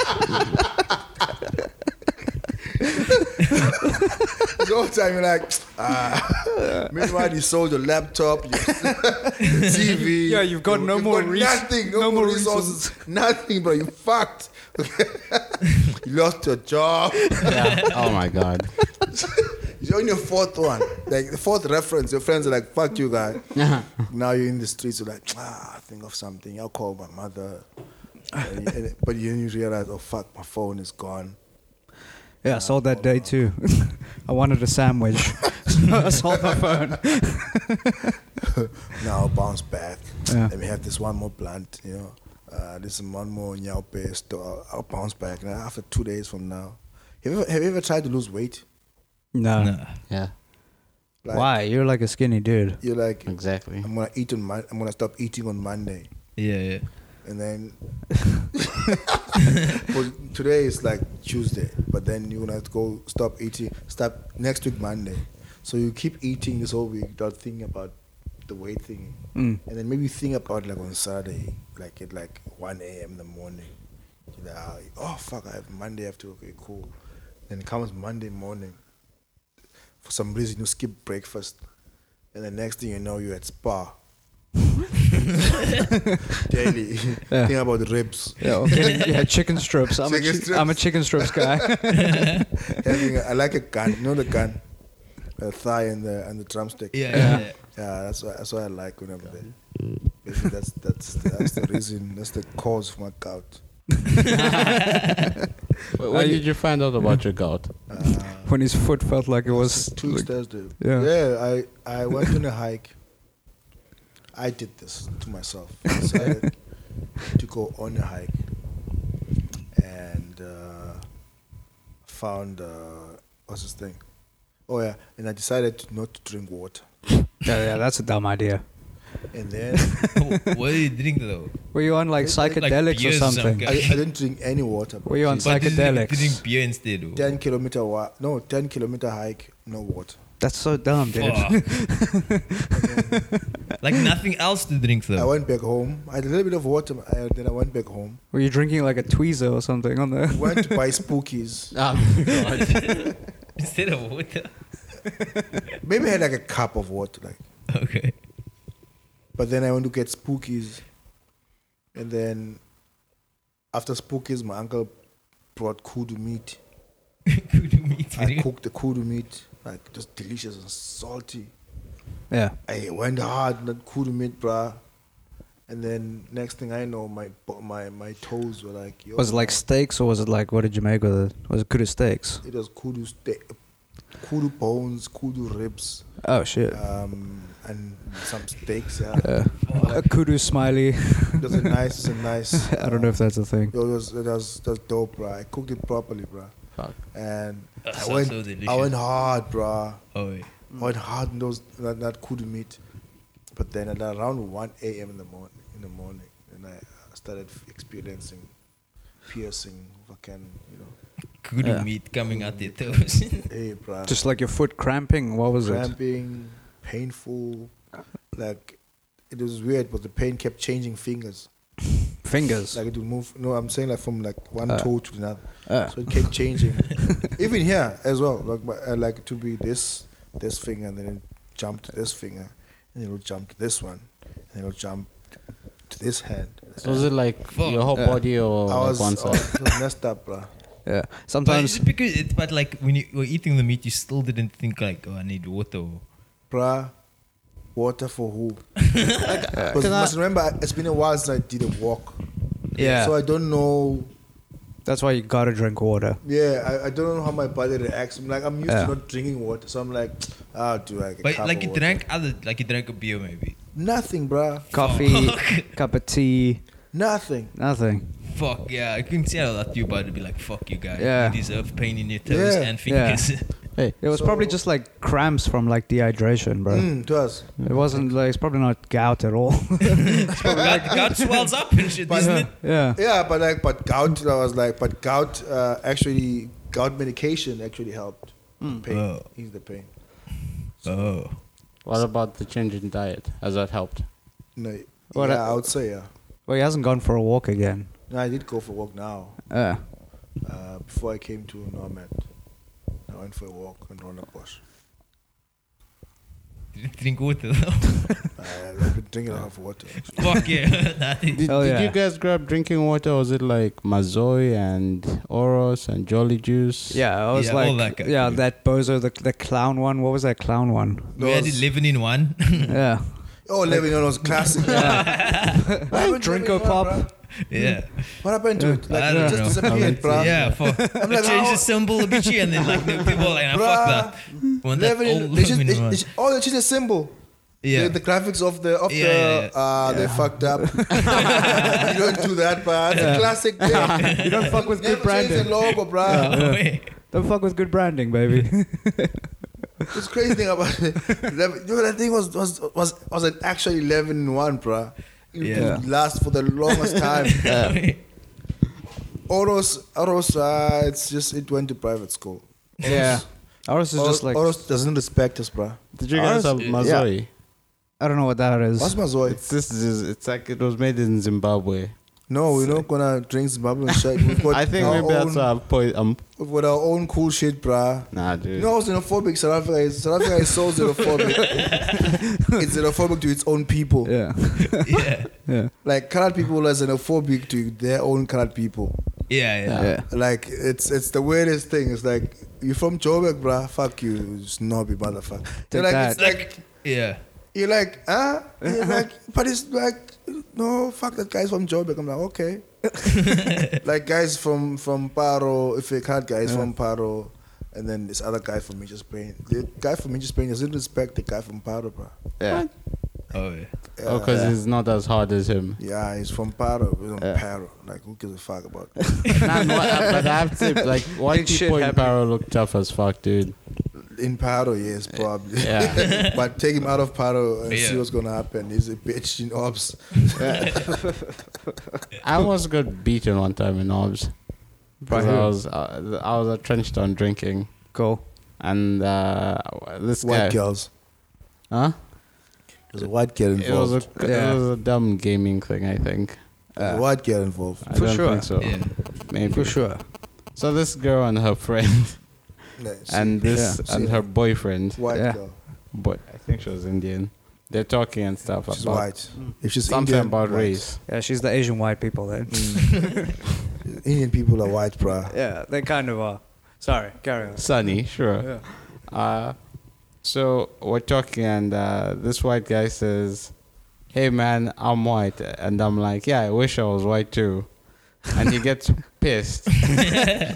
Speaker 4: this whole time you're like ah. meanwhile you sold your laptop, your TV.
Speaker 5: Yeah, you've got
Speaker 4: you-
Speaker 5: no more res-
Speaker 4: nothing, no,
Speaker 5: no
Speaker 4: more
Speaker 5: more
Speaker 4: resources, nothing, bro. You fucked. you lost your job.
Speaker 3: yeah. Oh my god.
Speaker 4: You're on your fourth one, like the fourth reference. Your friends are like, "Fuck you, guy." now you're in the streets. You're like, "Ah, I think of something. I'll call my mother." And- and- but then you realize, "Oh fuck, my phone is gone."
Speaker 5: Yeah, I sold that day too. I wanted a sandwich. so I sold my phone.
Speaker 4: Now I'll bounce back.
Speaker 5: Yeah.
Speaker 4: Let me have this one more blunt. You know, uh, this is one more nyaupe. So I'll, I'll bounce back. And after two days from now, have you ever, have you ever tried to lose weight?
Speaker 5: No.
Speaker 2: Nah.
Speaker 3: Yeah.
Speaker 4: Like,
Speaker 5: Why? You're like a skinny dude.
Speaker 4: You're like,
Speaker 3: Mm-hmm. Exactly.
Speaker 4: I'm gonna eat on. Mon- I'm gonna stop eating on Monday.
Speaker 2: Yeah. Yeah.
Speaker 4: and then but today is like Tuesday, but then you're gonna have to go stop eating, stop next week Monday. So you keep eating this whole week without thinking about the weight thing,
Speaker 5: Mm.
Speaker 4: and then maybe think about like on Saturday, like at like 1 a.m. in the morning. You're like, "Ah, oh fuck, I have Monday. I have to okay, cool. Then comes Monday morning. For some reason, you skip breakfast, and the next thing you know, you're at spa daily.
Speaker 5: Yeah.
Speaker 4: Think about the ribs.
Speaker 5: Yeah, okay. yeah chicken strips. I'm, a
Speaker 4: Chicken
Speaker 5: chi- I'm a chicken strips guy.
Speaker 4: having a, I like a gun, you know the gun, a thigh and the and the drumstick.
Speaker 2: Yeah. Yeah. yeah.
Speaker 4: yeah, that's what that's what I like when I'm there. Maybe that's that's that's the reason. That's the cause for my gout.
Speaker 3: Wh- When
Speaker 5: I-
Speaker 3: did you find out about your gout?
Speaker 4: Uh,
Speaker 5: when his foot felt like it was.
Speaker 4: two
Speaker 5: like-
Speaker 4: Thursday.
Speaker 5: yeah.
Speaker 4: yeah. I I went on a hike. I did this to myself. I decided to go on a hike and uh, found uh, What's his thing? Oh yeah, and I decided to not to drink water.
Speaker 5: Yeah, yeah, that's a dumb idea.
Speaker 4: And then
Speaker 2: what do you drink though?
Speaker 5: Were you on like psychedelics or
Speaker 2: beers or some
Speaker 5: something?
Speaker 2: kind.
Speaker 4: I, I didn't drink any water. bro.
Speaker 5: Were you on
Speaker 4: Jeez.
Speaker 2: But this nigga
Speaker 5: Psychedelics.
Speaker 2: Drink beer instead. though.
Speaker 4: ten kilometer wa- no ten kilometer hike, no water.
Speaker 5: That's so dumb, dude.
Speaker 2: Fuck. like nothing else to drink
Speaker 4: I
Speaker 2: though.
Speaker 4: went back home. I had a little bit of water, I, then I went back home.
Speaker 5: Were you drinking like a tweezer or something on the?
Speaker 4: Went to buy spookies.
Speaker 3: Ah, God.
Speaker 2: Instead of water.
Speaker 4: Maybe I had like a cup of water, like.
Speaker 2: Okay.
Speaker 4: But then I went to get spookies, and then after spookies, my uncle brought kudu meat.
Speaker 2: Good meat.
Speaker 4: I
Speaker 2: nigga.
Speaker 4: cooked the kudu meat, like just delicious and salty.
Speaker 5: Yeah.
Speaker 4: I went hard on that kudu meat, bruh. And then next thing I know, my bo- my my toes were like. Yo,
Speaker 5: Was it like steaks or was it like what did you make with it? Was it kudu steaks?
Speaker 4: It was kudu steak, kudu bones, kudu ribs,
Speaker 5: Oh shit.
Speaker 4: um, and some steaks. Yeah,
Speaker 5: Yeah. A kudu smiley.
Speaker 4: it was a nice, it was a nice. um,
Speaker 5: I don't know if that's a thing.
Speaker 4: It was it was it was dope, bruh. I cooked it properly, bruh.
Speaker 3: Fuck.
Speaker 4: and
Speaker 2: That
Speaker 4: I
Speaker 2: sounds
Speaker 4: went,
Speaker 2: so
Speaker 4: I
Speaker 2: delicious.
Speaker 4: went hard, bruh.
Speaker 2: Oh, yeah.
Speaker 5: Mm.
Speaker 4: I went hard in those that, that kudu meat. But then at around 1 a.m. in the morning, in the morning, and I started experiencing piercing, fucking, you know,
Speaker 2: Good
Speaker 5: Yeah.
Speaker 2: meat coming out their toes.
Speaker 4: hey, bruh,
Speaker 5: Just like your foot cramping. What was it?
Speaker 4: cramping, painful, like. It was weird, but the pain kept changing fingers.
Speaker 5: Fingers.
Speaker 4: Like it would move. No, I'm saying like from like one
Speaker 5: Uh.
Speaker 4: toe to another.
Speaker 5: Uh,
Speaker 4: so it kept changing. Even here as well, like my, I like it to be this this finger, and then it jumped to this finger, and it'll jump to this one, and it'll jump to this hand.
Speaker 3: So was it like
Speaker 2: Fuck.
Speaker 3: your whole
Speaker 5: Yeah.
Speaker 3: body or
Speaker 4: I
Speaker 3: like
Speaker 4: was,
Speaker 3: one
Speaker 4: I
Speaker 3: side?
Speaker 4: was I was messed up, bro.
Speaker 5: yeah.
Speaker 2: but,
Speaker 5: Sometimes
Speaker 2: it's because it, but like when you were eating the meat, you still didn't think like, oh, I need water. or-
Speaker 4: Bruh, water for who? Because you must remember, it's been a while since I did a walk.
Speaker 5: Yeah.
Speaker 4: So I don't know.
Speaker 5: that's why you gotta drink water.
Speaker 4: Yeah, I, I don't know how my body reacts. I'm like, I'm used
Speaker 5: Yeah.
Speaker 4: to not drinking water, so I'm like, ah, do I get
Speaker 2: But
Speaker 4: cup
Speaker 2: like
Speaker 4: of
Speaker 2: you
Speaker 4: water.
Speaker 2: drank other, like you drank a beer maybe.
Speaker 4: Nothing, bruh.
Speaker 5: Coffee,
Speaker 2: Fuck.
Speaker 5: cup of tea,
Speaker 4: Nothing.
Speaker 5: nothing.
Speaker 2: Fuck yeah, I couldn't say a lot to you, but I'd be like, fuck you guys.
Speaker 5: Yeah.
Speaker 2: You deserve pain in your toes
Speaker 4: Yeah.
Speaker 2: and fingers.
Speaker 3: Hey,
Speaker 5: It was
Speaker 4: So-
Speaker 5: probably just like cramps from like dehydration, bro.
Speaker 4: Mm, to us.
Speaker 5: It wasn't like it's probably not gout at all.
Speaker 2: God, God swells up and shit,
Speaker 4: But-
Speaker 2: isn't it?
Speaker 5: yeah.
Speaker 4: Yeah, but like, but gout. I was like, but gout. Uh, actually, gout medication actually helped. Pain,
Speaker 2: Oh.
Speaker 4: ease the pain.
Speaker 2: Oh.
Speaker 3: what about the change in diet? Has that helped?
Speaker 4: No,
Speaker 5: Well,
Speaker 4: yeah,
Speaker 5: I-
Speaker 4: I, would say yeah.
Speaker 5: Well, he hasn't gone for a walk again.
Speaker 4: No, I did go for a walk now.
Speaker 5: Uh,
Speaker 4: Uh, before I came to Nomad, I went for a walk in Ronabosh.
Speaker 2: Didn't drink water though.
Speaker 4: Uh, I've been drinking a lot of water. Actually.
Speaker 2: fuck yeah. That is-
Speaker 3: Did,
Speaker 5: Hell
Speaker 3: did
Speaker 5: yeah.
Speaker 3: you guys grab drinking water? Or was it like Mazoi and Oros and Jolly Juice?
Speaker 5: yeah, I was
Speaker 2: Yeah,
Speaker 5: like,
Speaker 2: all that guy.
Speaker 5: yeah, that bozo, the the clown one. What was that clown one?
Speaker 2: we had
Speaker 4: Those-
Speaker 2: 11 in one.
Speaker 5: yeah.
Speaker 4: Oh, Lebanon was classic. What happened to
Speaker 5: Drinko
Speaker 4: Lebanon,
Speaker 5: Pop.
Speaker 4: bruh?
Speaker 2: yeah.
Speaker 4: What happened to it? Like,
Speaker 2: I
Speaker 4: it
Speaker 2: don't
Speaker 4: just
Speaker 2: know.
Speaker 4: disappeared, bro.
Speaker 2: Yeah, fuck.
Speaker 4: I'm
Speaker 2: I
Speaker 4: like, "Oh."
Speaker 2: changed
Speaker 4: how-
Speaker 2: the symbol a bit and then like the people like, nah, fuck that. Want that
Speaker 4: Lebanon,
Speaker 2: old
Speaker 4: they just, they,
Speaker 2: in
Speaker 4: they
Speaker 2: one.
Speaker 4: just- oh, they changed the symbol.
Speaker 2: Yeah.
Speaker 4: The, the graphics of the of
Speaker 2: Yeah,
Speaker 4: the
Speaker 2: yeah, yeah.
Speaker 4: uh they fucked up. you don't do that, bruh. It's a classic thing.
Speaker 5: You don't fuck with
Speaker 4: Never
Speaker 5: good
Speaker 4: change the
Speaker 5: branding.
Speaker 4: logo, bruh.
Speaker 2: Oh, wait.
Speaker 5: Don't fuck with good branding, baby.
Speaker 4: It's crazy thing about it. Eleven- You know, that thing was was was was an actual eleven in one, bruh. It
Speaker 5: Yeah.
Speaker 4: would last for the longest time. Oros Oros uh, it's just it went to private school.
Speaker 5: yeah. Ours is
Speaker 4: Oros,
Speaker 5: just like
Speaker 4: Oros doesn't respect us, bruh.
Speaker 3: Did you guys
Speaker 5: Oros?
Speaker 3: have Mazoi?
Speaker 5: I don't know what that is.
Speaker 4: What's my Zoe?
Speaker 3: It's this is it's like it was made in Zimbabwe.
Speaker 4: No, we're not gonna drink Zimbabwean shit. We've got
Speaker 3: I think
Speaker 4: our
Speaker 3: maybe that's uh,
Speaker 4: own-
Speaker 3: why I'm po- I'm
Speaker 4: we've got our own cool shit, bruh.
Speaker 3: um, nah dude.
Speaker 4: You know how xenophobic South Africa is? South Africa is so xenophobic. it's xenophobic to its own people.
Speaker 5: yeah.
Speaker 2: yeah.
Speaker 5: yeah.
Speaker 4: Like colored people are xenophobic to their own colored people.
Speaker 2: Yeah, yeah.
Speaker 5: Yeah.
Speaker 4: Like it's it's the weirdest thing. It's like you're from Joburg, bruh. Fuck you, you snobby motherfucker. You're like,
Speaker 5: that.
Speaker 4: it's
Speaker 2: Like,
Speaker 4: like
Speaker 2: yeah.
Speaker 4: you're like, huh? You're like, but it's like, no, fuck that guy's from Joburg. I'm like, okay. like guys from from Paro, if a card guy is from Paro, and then this other guy from Major Spain. The guy from Major Spain doesn't respect the guy from Paro, bro.
Speaker 5: Yeah.
Speaker 2: Oh, yeah.
Speaker 3: Oh, because
Speaker 4: yeah.
Speaker 3: it's not as hard as him.
Speaker 4: yeah, he's from Paro. We're from
Speaker 3: Yeah.
Speaker 4: Paro. Like, who gives a fuck about?
Speaker 3: Nah, no, I- but I have to like white
Speaker 1: Big shit
Speaker 3: people in
Speaker 1: happening.
Speaker 3: Paro look tough as fuck, dude.
Speaker 4: In Paro, yes, probably.
Speaker 3: Yeah.
Speaker 4: but take him out of Paro and see
Speaker 2: Yeah.
Speaker 4: what's gonna happen. He's a bitch in ops.
Speaker 3: I almost got beaten one time in OBS. Because I was uh, I was at Trenchtown drinking,
Speaker 1: Cool.
Speaker 3: and uh, this
Speaker 4: White
Speaker 3: guy,
Speaker 4: girls.
Speaker 3: huh?
Speaker 4: There's a white girl
Speaker 3: It was,
Speaker 4: involved.
Speaker 3: a,
Speaker 1: Yeah. Uh,
Speaker 3: it was a dumb gaming thing, I think.
Speaker 4: There's a white girl involved.
Speaker 3: I
Speaker 1: For
Speaker 3: don't
Speaker 1: sure.
Speaker 3: think so.
Speaker 2: Yeah.
Speaker 3: Maybe.
Speaker 1: For sure.
Speaker 3: So this girl and her friend,
Speaker 4: Yeah, see,
Speaker 3: and this
Speaker 4: Yeah.
Speaker 3: and
Speaker 4: See.
Speaker 3: her boyfriend,
Speaker 4: white
Speaker 1: yeah.
Speaker 4: girl.
Speaker 3: boy, I think she was Indian. They're talking and stuff
Speaker 4: She's
Speaker 3: about
Speaker 4: white. If she's
Speaker 3: something
Speaker 4: Indian,
Speaker 3: about
Speaker 4: white.
Speaker 3: race.
Speaker 1: Yeah, she's the Asian white people there.
Speaker 2: Mm.
Speaker 4: Indian people are white, bruh.
Speaker 1: Yeah, they kind of are. Sorry, carry on.
Speaker 3: Sunny, sure. Uh, so we're talking, and uh, this white guy says, "Hey, man, I'm white," and I'm like, "Yeah, I wish I was white too." And he gets pissed,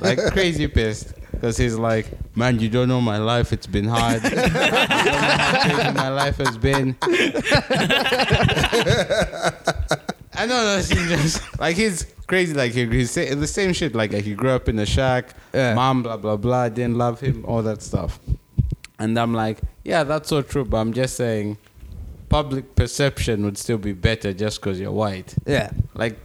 Speaker 3: like crazy pissed, because he's like, "Man, you don't know my life. It's been hard. you don't know how crazy my life has been." I know that's just like he's crazy. Like he, he's say, the same shit. Like, he grew up in a shack.
Speaker 1: Yeah.
Speaker 3: Mom, blah blah blah. Didn't love him. All that stuff. And I'm like, yeah, that's so true. But I'm just saying, public perception would still be better just because you're white.
Speaker 1: Yeah.
Speaker 3: Like,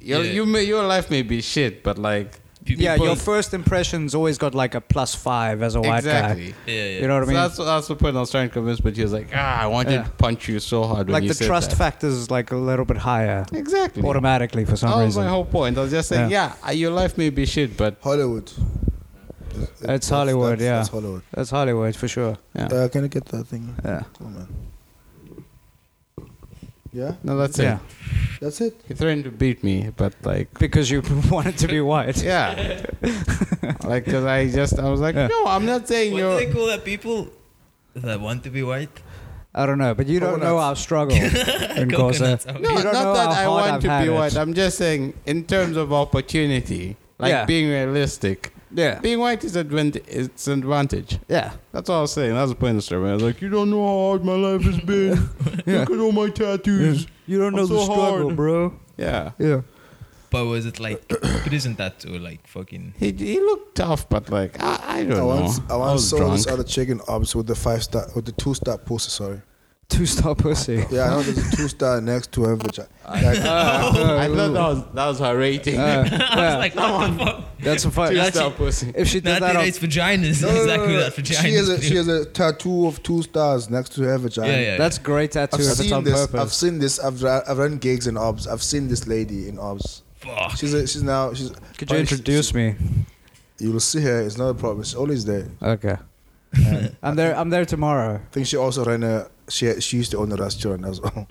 Speaker 3: your
Speaker 2: Yeah.
Speaker 3: you may, your life may be shit, but like,
Speaker 2: People-
Speaker 1: yeah, your first impression's always got like a plus five as a white
Speaker 3: exactly.
Speaker 2: Yeah, yeah.
Speaker 1: guy. You know what I
Speaker 3: So
Speaker 1: mean?
Speaker 3: that's that's the point I was trying to convince. But he was like, ah, I wanted
Speaker 1: Yeah.
Speaker 3: to punch you so hard. when
Speaker 1: like
Speaker 3: you
Speaker 1: the
Speaker 3: said
Speaker 1: trust
Speaker 3: that.
Speaker 1: factor is like a little bit higher
Speaker 3: Exactly.
Speaker 1: automatically for some
Speaker 3: that was
Speaker 1: reason.
Speaker 3: my whole point. I was just saying, yeah, uh your life may be shit, but
Speaker 4: Hollywood.
Speaker 1: It's Hollywood,
Speaker 4: that's,
Speaker 1: yeah.
Speaker 4: That's Hollywood.
Speaker 1: That's Hollywood for sure.
Speaker 3: yeah.
Speaker 4: Uh, can I get that thing?
Speaker 1: Yeah.
Speaker 4: Cool, man. Yeah,
Speaker 3: No, that's
Speaker 1: Yeah.
Speaker 3: it.
Speaker 4: that's it.
Speaker 3: He threatened to beat me, but like,
Speaker 1: Because you wanted to be white.
Speaker 3: yeah, like because I just I was like,
Speaker 1: Yeah.
Speaker 3: no, I'm not saying
Speaker 2: What
Speaker 3: you're.
Speaker 2: do they call that people that want to be white?
Speaker 1: I don't know, but you don't know our
Speaker 4: Coconuts.
Speaker 1: struggle in Corsa.
Speaker 2: Coconuts, okay.
Speaker 3: No,
Speaker 1: You don't know
Speaker 3: not
Speaker 1: how
Speaker 3: that I
Speaker 1: hard
Speaker 3: want
Speaker 1: I've
Speaker 3: to
Speaker 1: had
Speaker 3: be
Speaker 1: it.
Speaker 3: white. I'm just saying in terms of opportunity, like
Speaker 1: Yeah.
Speaker 3: being realistic.
Speaker 1: Yeah.
Speaker 3: Being white is advan- it's an advantage.
Speaker 1: Yeah.
Speaker 3: That's all I was saying. That's the point of the story. I was like, you don't know how hard my life has been. Look at all my tattoos.
Speaker 1: You don't
Speaker 3: I'm know the so struggle, hard.
Speaker 1: bro.
Speaker 3: Yeah.
Speaker 1: Yeah.
Speaker 2: But was it like prison tattoo, like fucking?
Speaker 3: He, he looked tough, but like, I, I don't
Speaker 4: I
Speaker 3: know.
Speaker 4: once I once
Speaker 3: was
Speaker 4: saw
Speaker 3: drunk.
Speaker 4: this other chicken ops with the five star with the two star poster. Sorry.
Speaker 1: Two star pussy. Uh,
Speaker 4: Yeah, I know there's a two star next to her vagina.
Speaker 3: I thought that was, that was her rating.
Speaker 1: Uh,
Speaker 2: I was
Speaker 1: yeah,
Speaker 2: like, what the fuck?
Speaker 1: that's a fun.
Speaker 3: Two
Speaker 2: that's-
Speaker 3: star pussy.
Speaker 1: If she
Speaker 2: That,
Speaker 1: did that, on,
Speaker 2: it's vaginas.
Speaker 4: No, no, no,
Speaker 2: exactly
Speaker 4: no, no.
Speaker 2: that vaginas.
Speaker 4: She has a she has a tattoo of two stars next to her vagina.
Speaker 2: yeah, yeah.
Speaker 1: that's great tattoo
Speaker 4: I've
Speaker 1: if it's
Speaker 4: seen
Speaker 1: on
Speaker 4: this. I've
Speaker 1: purpose.
Speaker 4: seen this. I've, ra- I've run gigs in OBS. I've seen this lady in OBS.
Speaker 2: fuck.
Speaker 4: She's a, she's now she's.
Speaker 1: Could you introduce me?
Speaker 4: You will see her. It's not a problem. She's always there.
Speaker 1: Okay. I'm there. I'm there tomorrow.
Speaker 4: I think she also ran a. She she used to own a restaurant as well.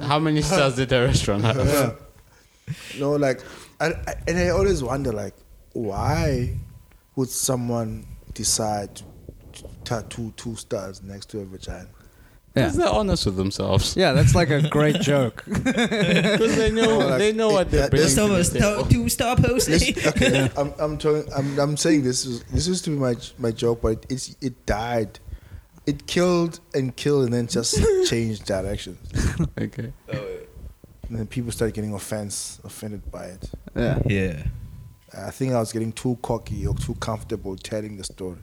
Speaker 3: How many stars did the restaurant have?
Speaker 4: no, like, I, I, and I always wonder, like, why would someone decide to tattoo two stars next to a vagina?
Speaker 3: Because they're honest with themselves.
Speaker 1: Yeah, that's like a great joke.
Speaker 3: Because they know
Speaker 4: No, like,
Speaker 3: they know what they're
Speaker 4: that- that's
Speaker 3: bringing.
Speaker 2: Some
Speaker 3: to
Speaker 2: are
Speaker 3: the
Speaker 2: star,
Speaker 3: table.
Speaker 2: two star pussy.
Speaker 4: This- okay, I'm I'm telling I'm I'm saying this is this used to be my my joke, but it's it died. It killed and killed and then just changed directions.
Speaker 3: Okay.
Speaker 4: And then people started getting offense offended by it.
Speaker 1: Yeah.
Speaker 2: yeah.
Speaker 4: I think I was getting too cocky or too comfortable telling the story.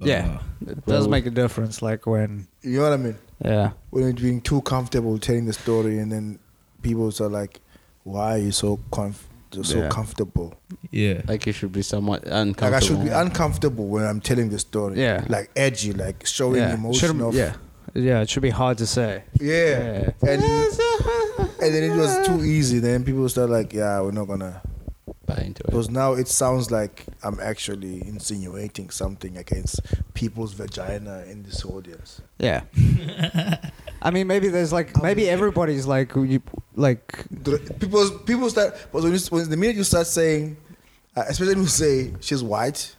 Speaker 2: Oh,
Speaker 1: Yeah. It does make a difference. Like when.
Speaker 4: You know what I mean?
Speaker 1: Yeah.
Speaker 4: When you're being too comfortable telling the story and then people are like, Why are you so conf- you're so
Speaker 3: Yeah.
Speaker 4: comfortable?
Speaker 2: Yeah.
Speaker 3: Like you should be somewhat uncomfortable.
Speaker 4: Like I should be uncomfortable when I'm telling the story.
Speaker 1: Yeah.
Speaker 4: Like edgy, like showing
Speaker 1: Yeah.
Speaker 4: emotion
Speaker 1: Shouldn't-
Speaker 4: of
Speaker 1: yeah. Yeah. It should be hard to say.
Speaker 4: Yeah. And, and then it was too easy. Then people start like, yeah, we're not gonna.
Speaker 3: Buy into it.
Speaker 4: Because now it sounds like I'm actually insinuating something against people's vagina in this audience.
Speaker 1: Yeah. I mean, maybe there's like maybe everybody's like you like
Speaker 4: People, people start. Because when, you, when the minute you start saying, uh, especially when you say she's white.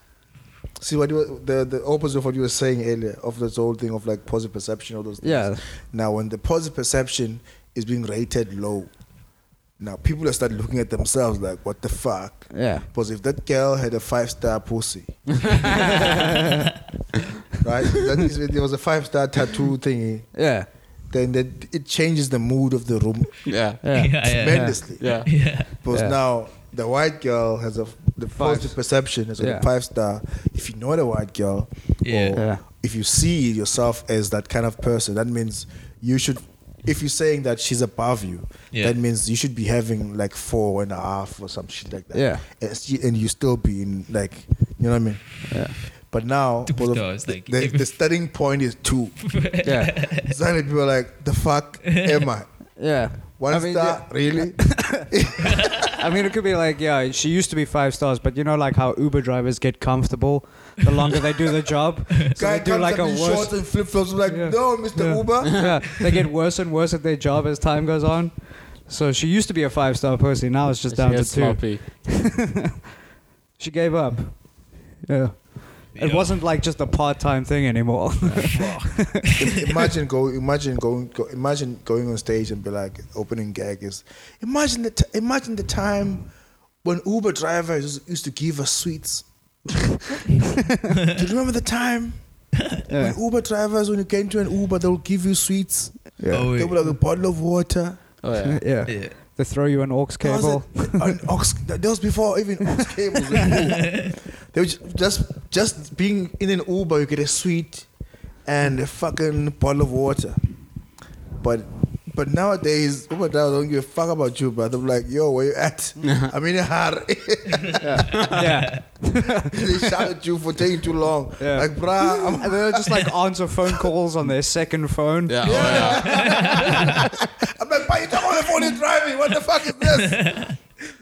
Speaker 4: See what you were, the the opposite of what you were saying earlier of this whole thing of like positive perception all those things.
Speaker 1: Yeah.
Speaker 4: Now when the positive perception is being rated low, now people are start looking at themselves like, what the fuck?
Speaker 1: yeah.
Speaker 4: Because if that girl had a five star pussy, right? that is, there was a five star tattoo thingy.
Speaker 1: Yeah.
Speaker 4: Then that it changes the mood of the room
Speaker 3: Yeah.
Speaker 1: Yeah.
Speaker 2: Yeah, yeah.
Speaker 4: tremendously.
Speaker 3: Yeah.
Speaker 2: yeah.
Speaker 4: Because
Speaker 1: Yeah.
Speaker 4: now the white girl has a the positive perception as
Speaker 1: Yeah.
Speaker 4: a five star. If you know the white girl,
Speaker 2: Yeah.
Speaker 4: or
Speaker 1: Yeah.
Speaker 4: if you see yourself as that kind of person, that means you should. If you're saying that she's above you,
Speaker 2: Yeah.
Speaker 4: that means you should be having like four and a half or some shit like that.
Speaker 1: Yeah.
Speaker 4: and, she, and you still being like, you know what I mean?
Speaker 1: Yeah.
Speaker 4: But now,
Speaker 2: Two
Speaker 4: because of
Speaker 2: stars,
Speaker 4: the,
Speaker 2: like,
Speaker 4: the,
Speaker 2: if-
Speaker 4: the starting point is two.
Speaker 1: Yeah.
Speaker 4: Suddenly people are like, the fuck am I?
Speaker 1: Yeah.
Speaker 4: One
Speaker 1: I mean,
Speaker 4: star, really?
Speaker 1: I mean, it could be like, yeah, she used to be five stars, but you know, like how Uber drivers get comfortable the longer they do the job. So
Speaker 4: Guy
Speaker 1: they do
Speaker 4: comes
Speaker 1: like
Speaker 4: up
Speaker 1: a
Speaker 4: in
Speaker 1: worse.
Speaker 4: shorts and flip flops. Like,
Speaker 1: Yeah.
Speaker 4: no, Mr.
Speaker 1: Yeah.
Speaker 4: Uber.
Speaker 1: yeah, they get worse and worse at their job as time goes on. So she used to be a five star person. Now it's just down to two.
Speaker 3: Yes, sloppy.
Speaker 1: She gave up. Yeah. It
Speaker 2: Yeah.
Speaker 1: wasn't like just a part time thing anymore.
Speaker 3: Oh,
Speaker 4: imagine go imagine going go, imagine going on stage and be like opening gag is imagine the t- imagine the time when Uber drivers used to give us sweets. Do you remember the time
Speaker 1: Yeah.
Speaker 4: when Uber drivers, when you get into an Uber, they'll give you sweets.
Speaker 1: Yeah.
Speaker 2: Oh,
Speaker 4: They
Speaker 2: wait.
Speaker 4: will have a bottle aux water.
Speaker 3: Oh yeah.
Speaker 1: yeah.
Speaker 2: yeah.
Speaker 1: They throw you an aux
Speaker 4: That was
Speaker 1: cable.
Speaker 4: it. uh, An aux, that was before even aux cables. were cool. they were ju- just just being in an Uber, you get a sweet and a fucking bottle of water. But but nowadays, Uber drivers don't give a fuck about you, but they're like, yo, where you at? I'm in a hurry.
Speaker 1: yeah.
Speaker 4: they shout at you for taking too long.
Speaker 1: Yeah.
Speaker 4: Like, bruh, I'm
Speaker 1: Um, And they'll just like answer phone calls on their second phone.
Speaker 3: Yeah. Oh, yeah.
Speaker 4: I'm like, why you talk on the phone and driving? What the fuck is this?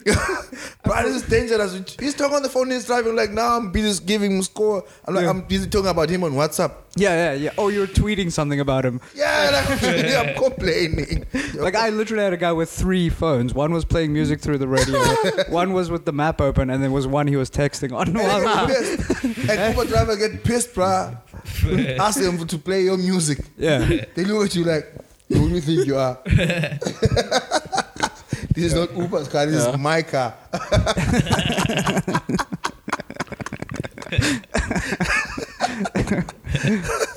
Speaker 4: Bro, this is dangerous. He's talking on the phone and he's driving. Like, now I'm busy giving him score. I'm like,
Speaker 1: Yeah.
Speaker 4: I'm busy talking about him on WhatsApp.
Speaker 1: Yeah, yeah, yeah. Oh, you were tweeting something about him.
Speaker 4: Yeah, like, yeah, I'm complaining.
Speaker 1: Like I literally had a guy with three phones. One was playing music through the radio. one was with the map open, and there was one he was texting on.
Speaker 4: And they
Speaker 1: While
Speaker 4: get pissed. and Uber driver get pissed, bruh. Ask them to play your music.
Speaker 1: yeah,
Speaker 4: They look at you like, who do you think you are? this is not Uber's car. This
Speaker 3: Yeah.
Speaker 4: is my car.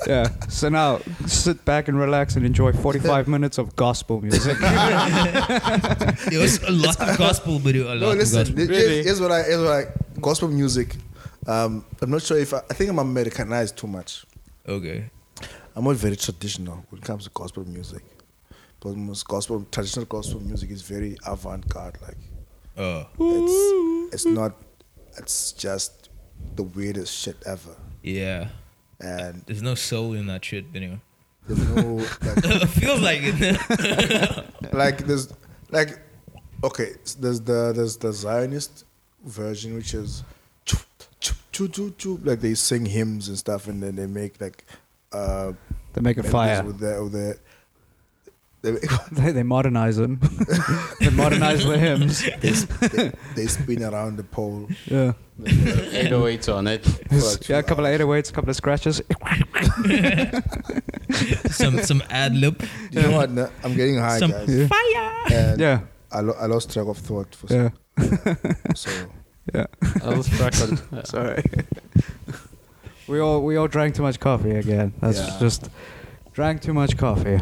Speaker 1: yeah. So now sit back and relax and enjoy 45 minutes of gospel music.
Speaker 2: There was a lot of gospel, but a lot
Speaker 4: No,
Speaker 2: of
Speaker 4: listen.
Speaker 2: gospel.
Speaker 4: Here's, here's what I. Here's what I. Gospel music. Um, I'm not sure if I, I think I'm Americanized too much.
Speaker 2: Okay.
Speaker 4: I'm not very traditional when it comes to gospel music. But most gospel, traditional gospel music is very avant-garde. Like
Speaker 2: Oh,
Speaker 4: it's, it's not. It's just the weirdest shit ever.
Speaker 2: yeah.
Speaker 4: And
Speaker 2: There's no soul in that shit anyway.
Speaker 4: there's no like,
Speaker 2: it feels like it.
Speaker 4: like there's like okay s- there's the there's the zionist version which is chup, chup, chup, chup, chup, like they sing hymns and stuff and then they make like uh
Speaker 1: they make a
Speaker 4: melodies
Speaker 1: fire.
Speaker 4: with their with their they,
Speaker 1: They, they modernize them. they modernize the hymns.
Speaker 4: they, sp- they, they spin around the pole
Speaker 1: Yeah.
Speaker 3: 808s on it.
Speaker 1: Yeah, a couple of 808s, a couple of scratches.
Speaker 2: some some ad lib.
Speaker 4: Do you know what no, i'm getting high
Speaker 2: Some-
Speaker 4: guys
Speaker 1: Yeah.
Speaker 4: and
Speaker 1: Yeah.
Speaker 4: I, lo- I lost track of thought for
Speaker 1: Yeah.
Speaker 4: some, so
Speaker 1: Yeah.
Speaker 3: I was struck on. Yeah.
Speaker 1: Sorry. we all we all drank too much coffee again. That's
Speaker 4: Yeah.
Speaker 1: just drank too much coffee.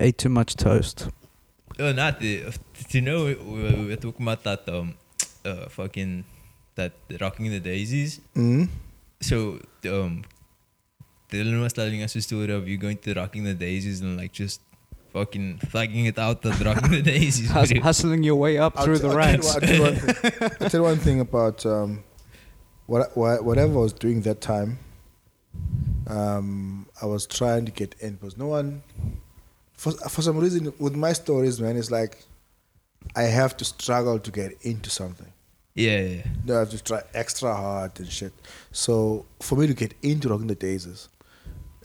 Speaker 1: Ate too much toast.
Speaker 2: Oh, not the. You know, we we were talking about that um, uh, fucking that rocking the daisies.
Speaker 4: mm,
Speaker 2: So um, Dylan was telling us a story of you going to rocking the daisies and like just fucking thugging it out at rocking the daisies.
Speaker 1: Hus-
Speaker 2: bro.
Speaker 1: hustling your way up through the ranks.
Speaker 4: I'll tell, you one thing. I'll tell you one thing about um, what, what, whatever I was doing that time. Um, I was trying to get in, but no one. For for some reason, with my stories, man, it's like I have to struggle to get into something.
Speaker 2: yeah, yeah.
Speaker 4: No, I have to try extra hard and shit. So for me to get into Rocking the Daisies,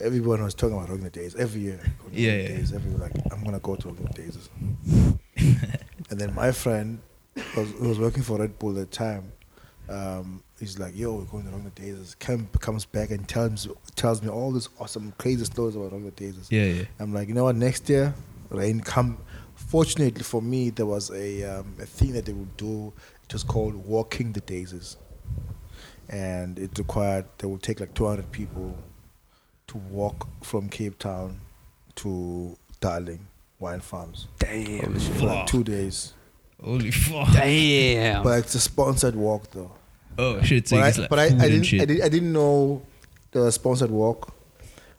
Speaker 4: everyone was talking about Rocking the Daisies every year. Rocking
Speaker 2: Yeah,
Speaker 4: the
Speaker 2: yeah.
Speaker 4: Daisies, everyone like, I'm gonna go to Rocking the Daisies. and then my friend was, who was working for Red Bull at the time. Um, he's like, "Yo, we're going to Rocking the Daisies." Come, comes back and tells tells me all these awesome, crazy stories about Rocking the Daisies.
Speaker 2: Yeah, yeah.
Speaker 4: I'm like, you know what? Next year, rain come. Fortunately for me, there was a um, a thing that they would do. It was called walking the daisies, and it required they would take like 200 people to walk from Cape Town to Darling wine farms.
Speaker 5: Damn.
Speaker 4: for like
Speaker 2: Fuck.
Speaker 4: two days,
Speaker 2: Holy fuck.
Speaker 5: Damn.
Speaker 4: but it's a sponsored walk though.
Speaker 2: Oh shit. So
Speaker 4: but
Speaker 2: it's
Speaker 4: I,
Speaker 2: like
Speaker 4: but I, I
Speaker 2: food and
Speaker 4: didn't
Speaker 2: shit.
Speaker 4: I, did, I didn't know the sponsored walk.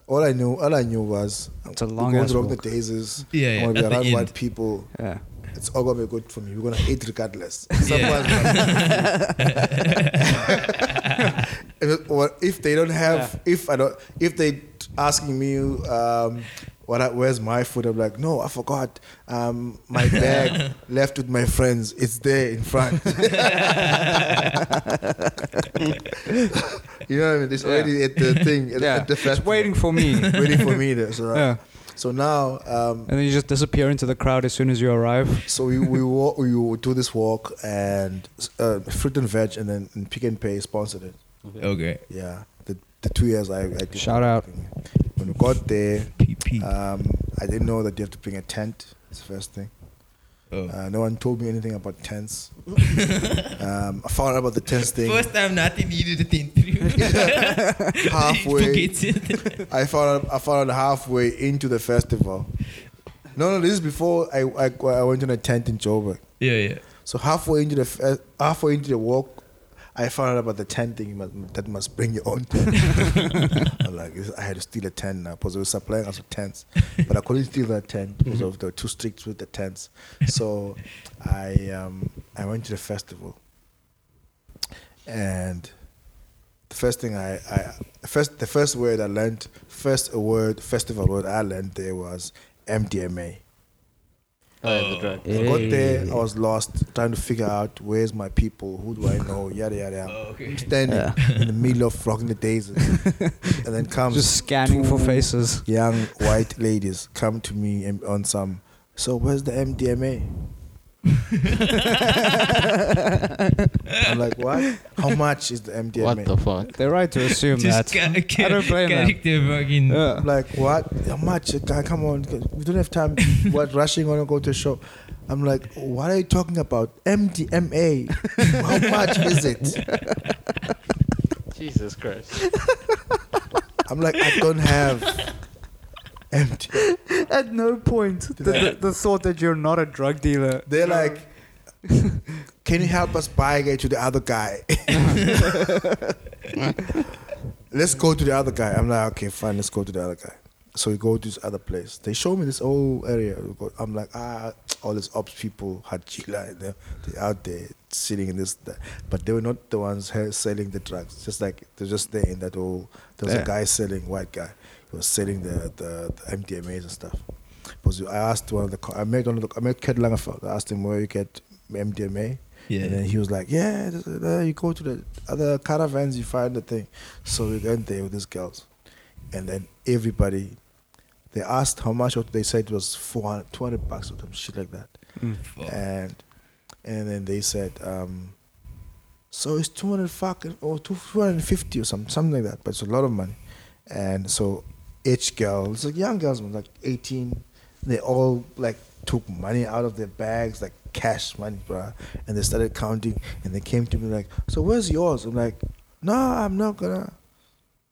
Speaker 4: All I knew all I knew was
Speaker 5: It's a
Speaker 4: we're
Speaker 5: long
Speaker 4: going
Speaker 5: ass
Speaker 4: to rock
Speaker 5: walk.
Speaker 4: the daisies.
Speaker 2: Yeah, yeah,
Speaker 4: I want to be
Speaker 2: at the
Speaker 4: around
Speaker 2: end.
Speaker 4: white people.
Speaker 5: Yeah.
Speaker 4: It's all gonna be good for me. We're gonna eat regardless.
Speaker 2: Yeah.
Speaker 4: If- or if they don't have if I don't if they t- asking me um what I, where's my food I'm like no I forgot um my bag left with my friends it's there in front you know what I mean it's already at the thing at,
Speaker 1: Yeah.
Speaker 4: at the
Speaker 1: It's
Speaker 4: festival
Speaker 1: waiting for me. and
Speaker 4: waiting for me there so,
Speaker 1: Yeah.
Speaker 4: so now um
Speaker 1: then you just disappear into the crowd as soon as you arrive.
Speaker 4: so we we, walk, we would do this walk and uh, fruit and veg and then and pick and pay sponsored it
Speaker 2: Okay.
Speaker 4: yeah the, the two years I, I did
Speaker 1: Shout out.
Speaker 4: when we got there
Speaker 2: PP.
Speaker 4: um, I didn't know that you have to bring a tent it's the first thing
Speaker 2: oh.
Speaker 4: uh, no one told me anything about tents um, I found out about the tents thing
Speaker 2: First time Nati needed a tin three.
Speaker 4: Halfway.
Speaker 2: Forgets it.
Speaker 4: I found out, I found out halfway into the festival no no this is before I, I, I went on a tent in Joburg
Speaker 2: yeah, yeah.
Speaker 4: so halfway into the fe- halfway into the walk I found out about the tent thing you must, that must bring your own tent. I'm like, this- I had to steal a tent now because they were supplying us with tents, but I couldn't steal that tent because of they were too strict with the tents. So I um, I went to the festival, and the first thing I, I the first the first word I learned first a word festival word I learned there was MDMA.
Speaker 3: Oh, the drug.
Speaker 4: I got there, I was lost trying to figure out where's my people, who do I know, yada yada. yada.
Speaker 2: Oh, okay.
Speaker 4: I'm standing in the middle of rocking the daisies, and then comes
Speaker 1: Just scanning for
Speaker 4: two
Speaker 1: faces.
Speaker 4: Young white ladies come to me and on some. So where's the MDMA? I'm like, what? How much is the MDMA?
Speaker 3: What the fuck?
Speaker 1: They're right to assume that.
Speaker 2: Just ca- ca-
Speaker 1: I don't blame them.
Speaker 2: character fucking.
Speaker 1: Yeah.
Speaker 4: I'm like, what? How much? Uh, Guy, come on. We don't have time. What? Rushing on to go to a show. I'm like, what are you talking about? MDMA. How much is it?
Speaker 3: Jesus Christ.
Speaker 4: I'm like, I don't have MDMA.
Speaker 1: At no point
Speaker 4: Did I-
Speaker 1: the thought that you're not a drug dealer.
Speaker 4: They're like, can you help us buy it to the other guy? let's go to the other guy. I'm like, okay, fine, let's go to the other guy. So we go to this other place. They show me this whole area. We go- I'm like, ah, all these ops people, Hajila, and they're, they're out there sitting in this. That. But they were not the ones he- selling the drugs. Just like they're just there in that whole. There was
Speaker 1: Yeah.
Speaker 4: a guy selling, white guy, he was selling the, the, the MDMAs and stuff. Because I asked one of the, co- I met one of the, I met Ted Langerfeld. I asked him where you get MDMA.
Speaker 2: Yeah.
Speaker 4: And then he was like, yeah, this- uh, you go to the other caravans, you find the thing. So we went there with these girls. And then everybody, they asked how much, or they said it was 400, 200 bucks or some shit like that.
Speaker 2: Fuck.
Speaker 4: And and then they said, um, so it's 200 fucking, or 250 or something, something like that. But it's a lot of money. And so each girl, it's like young girls, like 18, they all like took money out of their bags, like cash money, bruh. And they started counting and they came to me like, so where's yours? I'm like, no, I'm not gonna,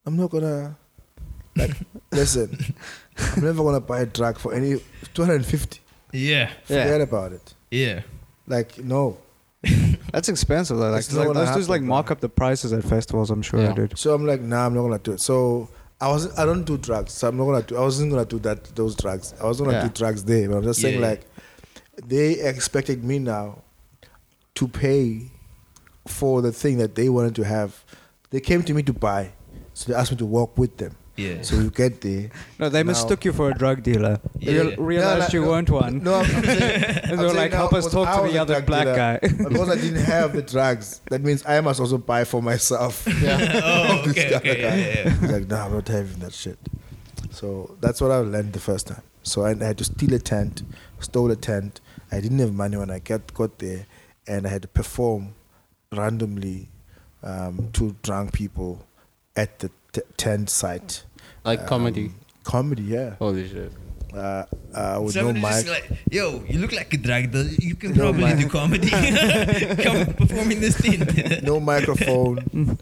Speaker 4: I'm not gonna, like, listen, I'm never gonna buy a drug for any 250.
Speaker 2: Yeah.
Speaker 1: Yeah.
Speaker 4: Forget about it.
Speaker 2: Yeah.
Speaker 4: Like, no.
Speaker 1: That's expensive though. Like,
Speaker 4: It's not
Speaker 1: like
Speaker 4: gonna
Speaker 1: those dudes like
Speaker 4: happen,
Speaker 1: mark up the prices at festivals. I'm sure,
Speaker 3: Yeah.
Speaker 1: dude.
Speaker 4: So I'm like, nah, I'm not gonna do it. So I wasn't. I don't do drugs. So I'm not gonna do. I wasn't gonna do that. Those drugs. I was gonna
Speaker 1: Yeah.
Speaker 4: do drugs there. But I'm just saying,
Speaker 2: Yeah, yeah.
Speaker 4: like, they expected me now to pay for the thing that they wanted to have. They came to me to buy, so they asked me to walk with them.
Speaker 2: Yeah.
Speaker 4: So you get there.
Speaker 1: No, they
Speaker 4: Now-
Speaker 1: mistook you for a drug dealer. They
Speaker 2: Yeah.
Speaker 1: real- realized
Speaker 4: No, like,
Speaker 1: you
Speaker 4: no,
Speaker 1: weren't one.
Speaker 4: No, I'm, I'm saying,
Speaker 1: and they
Speaker 4: I'm
Speaker 1: were
Speaker 4: saying
Speaker 1: like,
Speaker 4: now,
Speaker 1: help us
Speaker 4: because
Speaker 1: talk
Speaker 4: I
Speaker 1: to
Speaker 4: was
Speaker 1: the
Speaker 4: a
Speaker 1: other
Speaker 4: drug
Speaker 1: black
Speaker 4: dealer,
Speaker 1: guy.
Speaker 4: because I didn't have the drugs, that means I must also buy for myself.
Speaker 3: Yeah.
Speaker 2: Oh,
Speaker 4: This
Speaker 2: okay.
Speaker 4: guy.
Speaker 2: okay. Yeah, yeah.
Speaker 4: He's like, no, I'm not having that shit. So that's what I learned the first time. So I, I had to steal a tent, stole a tent. I didn't have money when I got, got there, and I had to perform randomly um, to drunk people at the t- tent site.
Speaker 3: Like comedy.
Speaker 4: Um, Comedy, yeah.
Speaker 1: Oh.
Speaker 3: Holy shit.
Speaker 4: Uh, uh, with no
Speaker 2: Someone is
Speaker 4: mic.
Speaker 2: just like, yo, you look like a drag dealer. You can
Speaker 4: No,
Speaker 2: probably
Speaker 4: man.
Speaker 2: do comedy. Come perform in this thing.
Speaker 4: no microphone,
Speaker 1: Mm.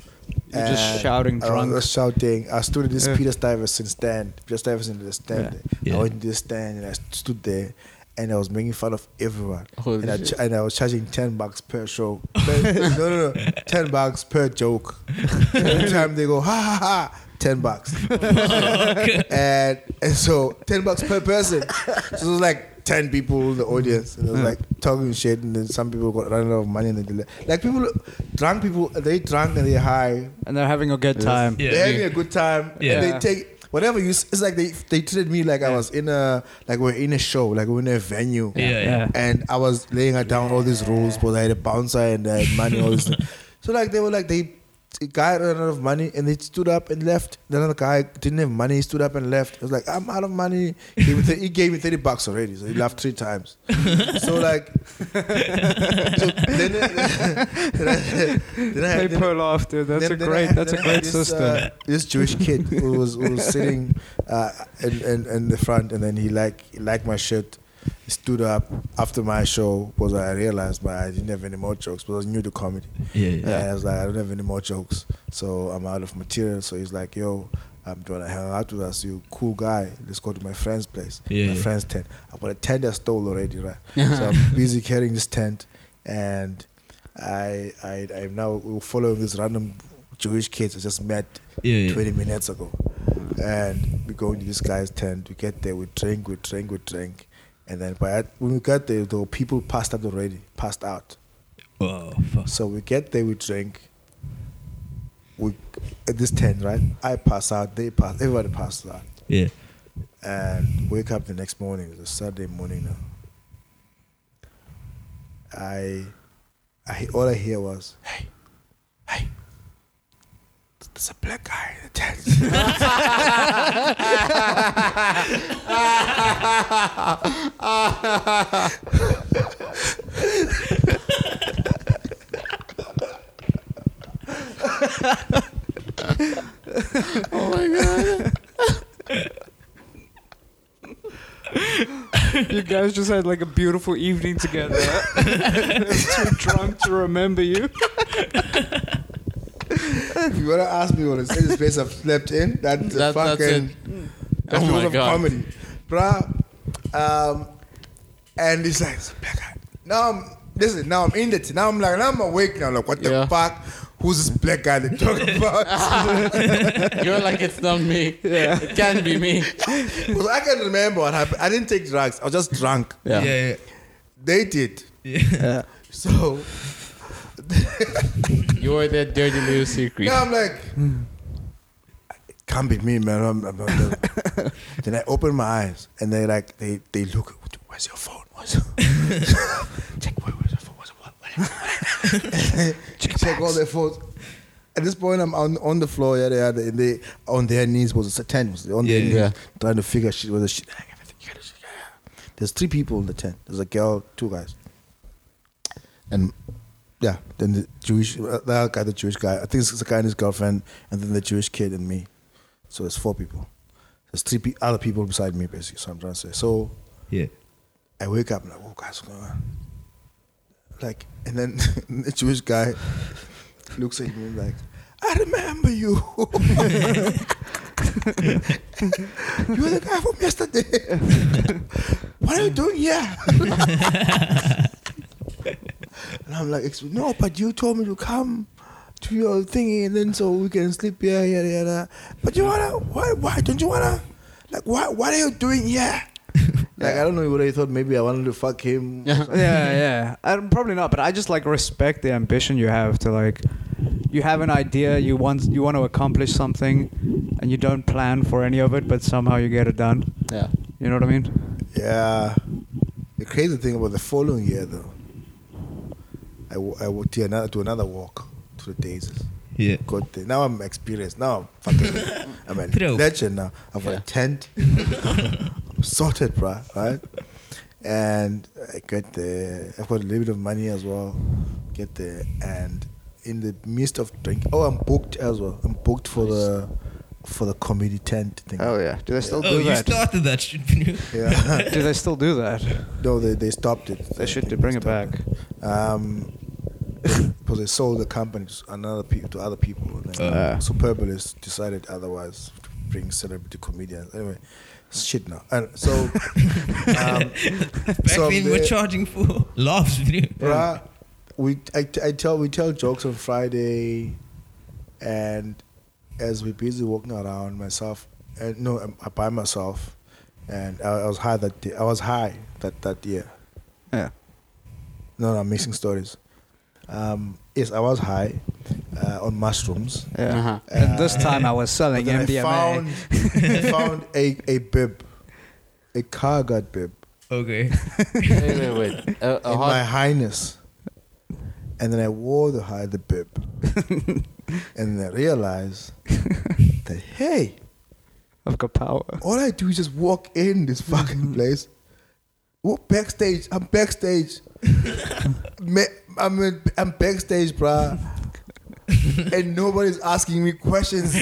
Speaker 1: You're just
Speaker 4: And
Speaker 1: shouting
Speaker 4: I was
Speaker 1: drunk.
Speaker 4: just shouting. I stood in this
Speaker 1: Yeah.
Speaker 4: Peter Stuyvesant stand. Peter Stuyvesant did a stand.
Speaker 2: Yeah.
Speaker 4: I went into this stand and I stood there and I was making fun of everyone.
Speaker 3: Holy
Speaker 4: and, I
Speaker 3: shit.
Speaker 4: ch- and I was charging 10 bucks per show. Per- no, no, no. 10 bucks per joke. Every time they go, ha ha ha, 10 bucks. and, and so 10 bucks per person. So it was like 10 people in the audience. And it was like talking shit. And then some people got running out of money. And then they left. Like people, drunk people, they drunk and they high
Speaker 1: and they're having a good time.
Speaker 2: Yeah.
Speaker 4: they're having a good time.
Speaker 2: Yeah.
Speaker 4: And
Speaker 1: Yeah.
Speaker 4: they take whatever you. s- It's like they they treated me like I was in a like we're in a show, like we're in a venue.
Speaker 2: Yeah, yeah.
Speaker 5: Yeah.
Speaker 4: And I was laying out down all these rules, but I had a bouncer and I had money, all this. so like they were like they. The guy ran out of money and they stood up and left. The other guy didn't have money, he stood up and left. I was like, I'm out of money. He gave me, th- he gave me 30 bucks already, so he left three times. so, like, so then, then, I- then I-
Speaker 1: They
Speaker 4: then-
Speaker 1: pull off, dude. That's
Speaker 4: then-
Speaker 1: a
Speaker 4: then I
Speaker 1: great.
Speaker 4: had-
Speaker 1: That's a
Speaker 4: then I had
Speaker 1: great
Speaker 4: this,
Speaker 1: system.
Speaker 4: uh, this Jewish kid who was who was sitting uh, in, in in the front, and then he like he liked my shirt. He stood up after my show because I realized my I didn't have any more jokes because I was new to comedy.
Speaker 2: Yeah, yeah.
Speaker 4: And I was like, I don't have any more jokes, so I'm out of material. So he's like, Yo, I'm trying to hang out with us. You cool guy. Let's go to my friend's place.
Speaker 2: Yeah,
Speaker 4: my
Speaker 2: yeah.
Speaker 4: friend's tent. I've got a tent I stole already, right? so I'm busy carrying this tent, and I I I'm now following this random Jewish kids I just met
Speaker 2: Yeah, yeah.
Speaker 4: 20 minutes ago, and we go into this guy's tent. We get there, we drink, we drink, we drink, and then by that- when we got there, though, people passed out already, passed out.
Speaker 2: Oh, fuck.
Speaker 4: So we get there, we drink. We at this tent, right? I pass out, they pass, everybody passes out,
Speaker 2: Yeah.
Speaker 4: and wake up the next morning. It's a Saturday morning now. I, I all I hear was, "Hey, hey, there's a black guy in the tent."
Speaker 1: you guys just had like a beautiful evening together. Too drunk to remember you.
Speaker 4: if you wanna ask me what the saddest place I've slept in, that's a
Speaker 3: That- that's
Speaker 4: fucking.
Speaker 3: it.
Speaker 4: That's
Speaker 3: Oh
Speaker 4: because
Speaker 3: my
Speaker 4: of
Speaker 3: God.
Speaker 4: comedy, bruh. Um, and it's like, it's a black guy. Now I'm listen. Now I'm in the. T- now I'm like, now I'm awake. Now like, what the
Speaker 3: Yeah.
Speaker 4: fuck? Who's this black guy they talk about?
Speaker 3: You're like, it's not me.
Speaker 1: Yeah.
Speaker 3: It can be me.
Speaker 4: Because I can remember what happened. I didn't take drugs. I was just drunk.
Speaker 2: Yeah.
Speaker 3: Yeah.
Speaker 2: Yeah.
Speaker 4: They did.
Speaker 2: yeah.
Speaker 4: So
Speaker 3: You were that dirty little secret.
Speaker 4: now I'm like, it can't be me, man. I'm, I'm, I'm, then I open my eyes and they like they they look. Where's your phone? Where's your check? Where, where's your phone? Where's your, what, check all their phones. At this point, I'm on, on the floor, yeah, they, are, they, they on their knees was a tent, was on their
Speaker 2: Yeah,
Speaker 4: knees,
Speaker 3: yeah.
Speaker 4: trying to figure shit whether shit. There's three people in the tent. There's a girl, two guys, and yeah, then the Jewish uh, the other guy, the Jewish guy. I think it's the guy and his girlfriend, and then the Jewish kid and me. So there's four people. There's three pe- other people beside me, basically. So I'm trying to say. So
Speaker 2: Yeah.
Speaker 4: I wake up and I'm like, oh, guys, what's going on? Like, and then the Jewish guy looks at me like, I remember you. you were the guy from yesterday. what are you doing here? and I'm like, "Excuse- no, but you told me to come to your thingy and then so we can sleep here, here, here. there." But you wanna, why, why don't you wanna, like, why, what are you doing here? Like, I don't know what I thought. Maybe I wanted to fuck him. or something.
Speaker 1: yeah, yeah. I'm probably not, but I just like respect the ambition you have to like. You have an idea, you want you want to accomplish something, and you don't plan for any of it, but somehow you get it done.
Speaker 3: Yeah.
Speaker 1: You know what I mean?
Speaker 4: Yeah. The crazy thing about the following year, though, I, w- I would to another, to another walk to the daisies.
Speaker 2: Yeah.
Speaker 4: Got there. Now I'm experienced. Now I'm fucking. I'm a
Speaker 2: True.
Speaker 4: legend now. I've got
Speaker 3: Yeah.
Speaker 4: a tent. I'm sorted, bruh. Right. And I get there. I've got a little bit of money as well. Get there, and in the midst of drinking, oh, I'm booked as well. I'm booked for the for the comedy tent thing.
Speaker 1: yeah. Do they still
Speaker 2: Oh, you started that shit. didn't you?
Speaker 4: Yeah.
Speaker 1: do they still do that?
Speaker 4: No, they, they stopped it.
Speaker 1: They should
Speaker 4: They
Speaker 1: bring it back.
Speaker 4: stopped it. Um, because they sold the company to another people to other people. And then
Speaker 2: Uh.
Speaker 4: Superbulous decided otherwise to bring celebrity comedians. Anyway, it's shit now. And so, um,
Speaker 2: Back
Speaker 4: so
Speaker 2: then, we're
Speaker 4: the-
Speaker 2: charging for laughs, dude.
Speaker 4: bruh, we I, I tell we tell jokes on Friday, and as we're busy walking around, myself and no, I'm, I'm by myself, and I, I was high that day. I was high that that year.
Speaker 1: Yeah.
Speaker 4: No, no, I'm mixing stories. Um, yes, I was high uh, on mushrooms.
Speaker 1: Yeah.
Speaker 3: Uh-huh.
Speaker 1: and this time I was selling
Speaker 4: But then
Speaker 1: MDMA.
Speaker 4: I found, I found a, a bib, a car guard bib,
Speaker 2: Okay.
Speaker 3: wait, wait, wait. A, a
Speaker 4: in my
Speaker 3: hot,
Speaker 4: highness. And then I wore the high the bib. and then I realized that, hey,
Speaker 1: I've got power.
Speaker 4: all I do is just walk in this fucking place. Walk backstage. I'm backstage. Ma- I'm, in, I'm backstage, bruh. and nobody's asking me questions.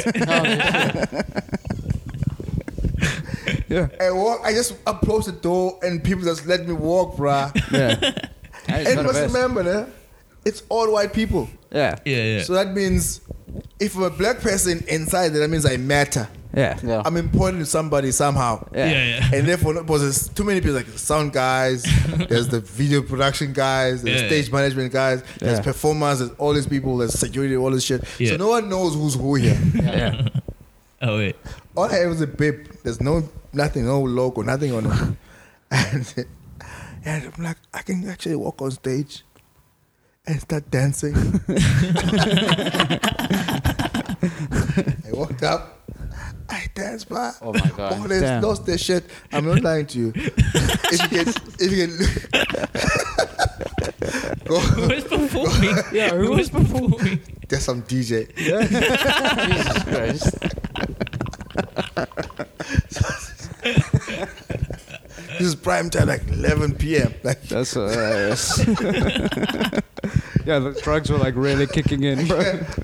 Speaker 1: Yeah.
Speaker 4: I walk. I just approach the door, and people just let me walk, bruh.
Speaker 1: Yeah.
Speaker 4: and must remember, eh, it's all white people.
Speaker 1: yeah.
Speaker 2: Yeah, yeah.
Speaker 4: So that means if I'm a black person inside, then that means I matter.
Speaker 1: Yeah.
Speaker 3: yeah.
Speaker 4: I'm important to somebody somehow.
Speaker 1: Yeah.
Speaker 2: yeah, yeah.
Speaker 4: And therefore, because there's too many people, like the sound guys, there's the video production guys, there's
Speaker 2: Yeah.
Speaker 4: stage management guys, there's
Speaker 1: Yeah.
Speaker 4: performers, there's all these people, there's security, all this shit.
Speaker 2: Yeah.
Speaker 4: So no one knows who's who here.
Speaker 1: Yeah.
Speaker 2: Oh wait.
Speaker 4: All I have is a bib. There's no nothing, no logo, nothing on it. and, and I'm like, I can actually walk on stage and start dancing. I walked up, I danced by.
Speaker 3: Oh my God.
Speaker 4: All this,
Speaker 1: Damn.
Speaker 4: lost this shit. I'm not lying to you. if you can, if you can look.
Speaker 2: Who
Speaker 4: Go,
Speaker 2: was performing?
Speaker 1: Yeah, who was
Speaker 2: performing?
Speaker 4: there's some DJ.
Speaker 3: Jesus Christ.
Speaker 4: This is prime time, like 11 p.m. Like,
Speaker 1: That's
Speaker 3: uh,
Speaker 1: hilarious. yeah, the drugs were like really kicking in, bro.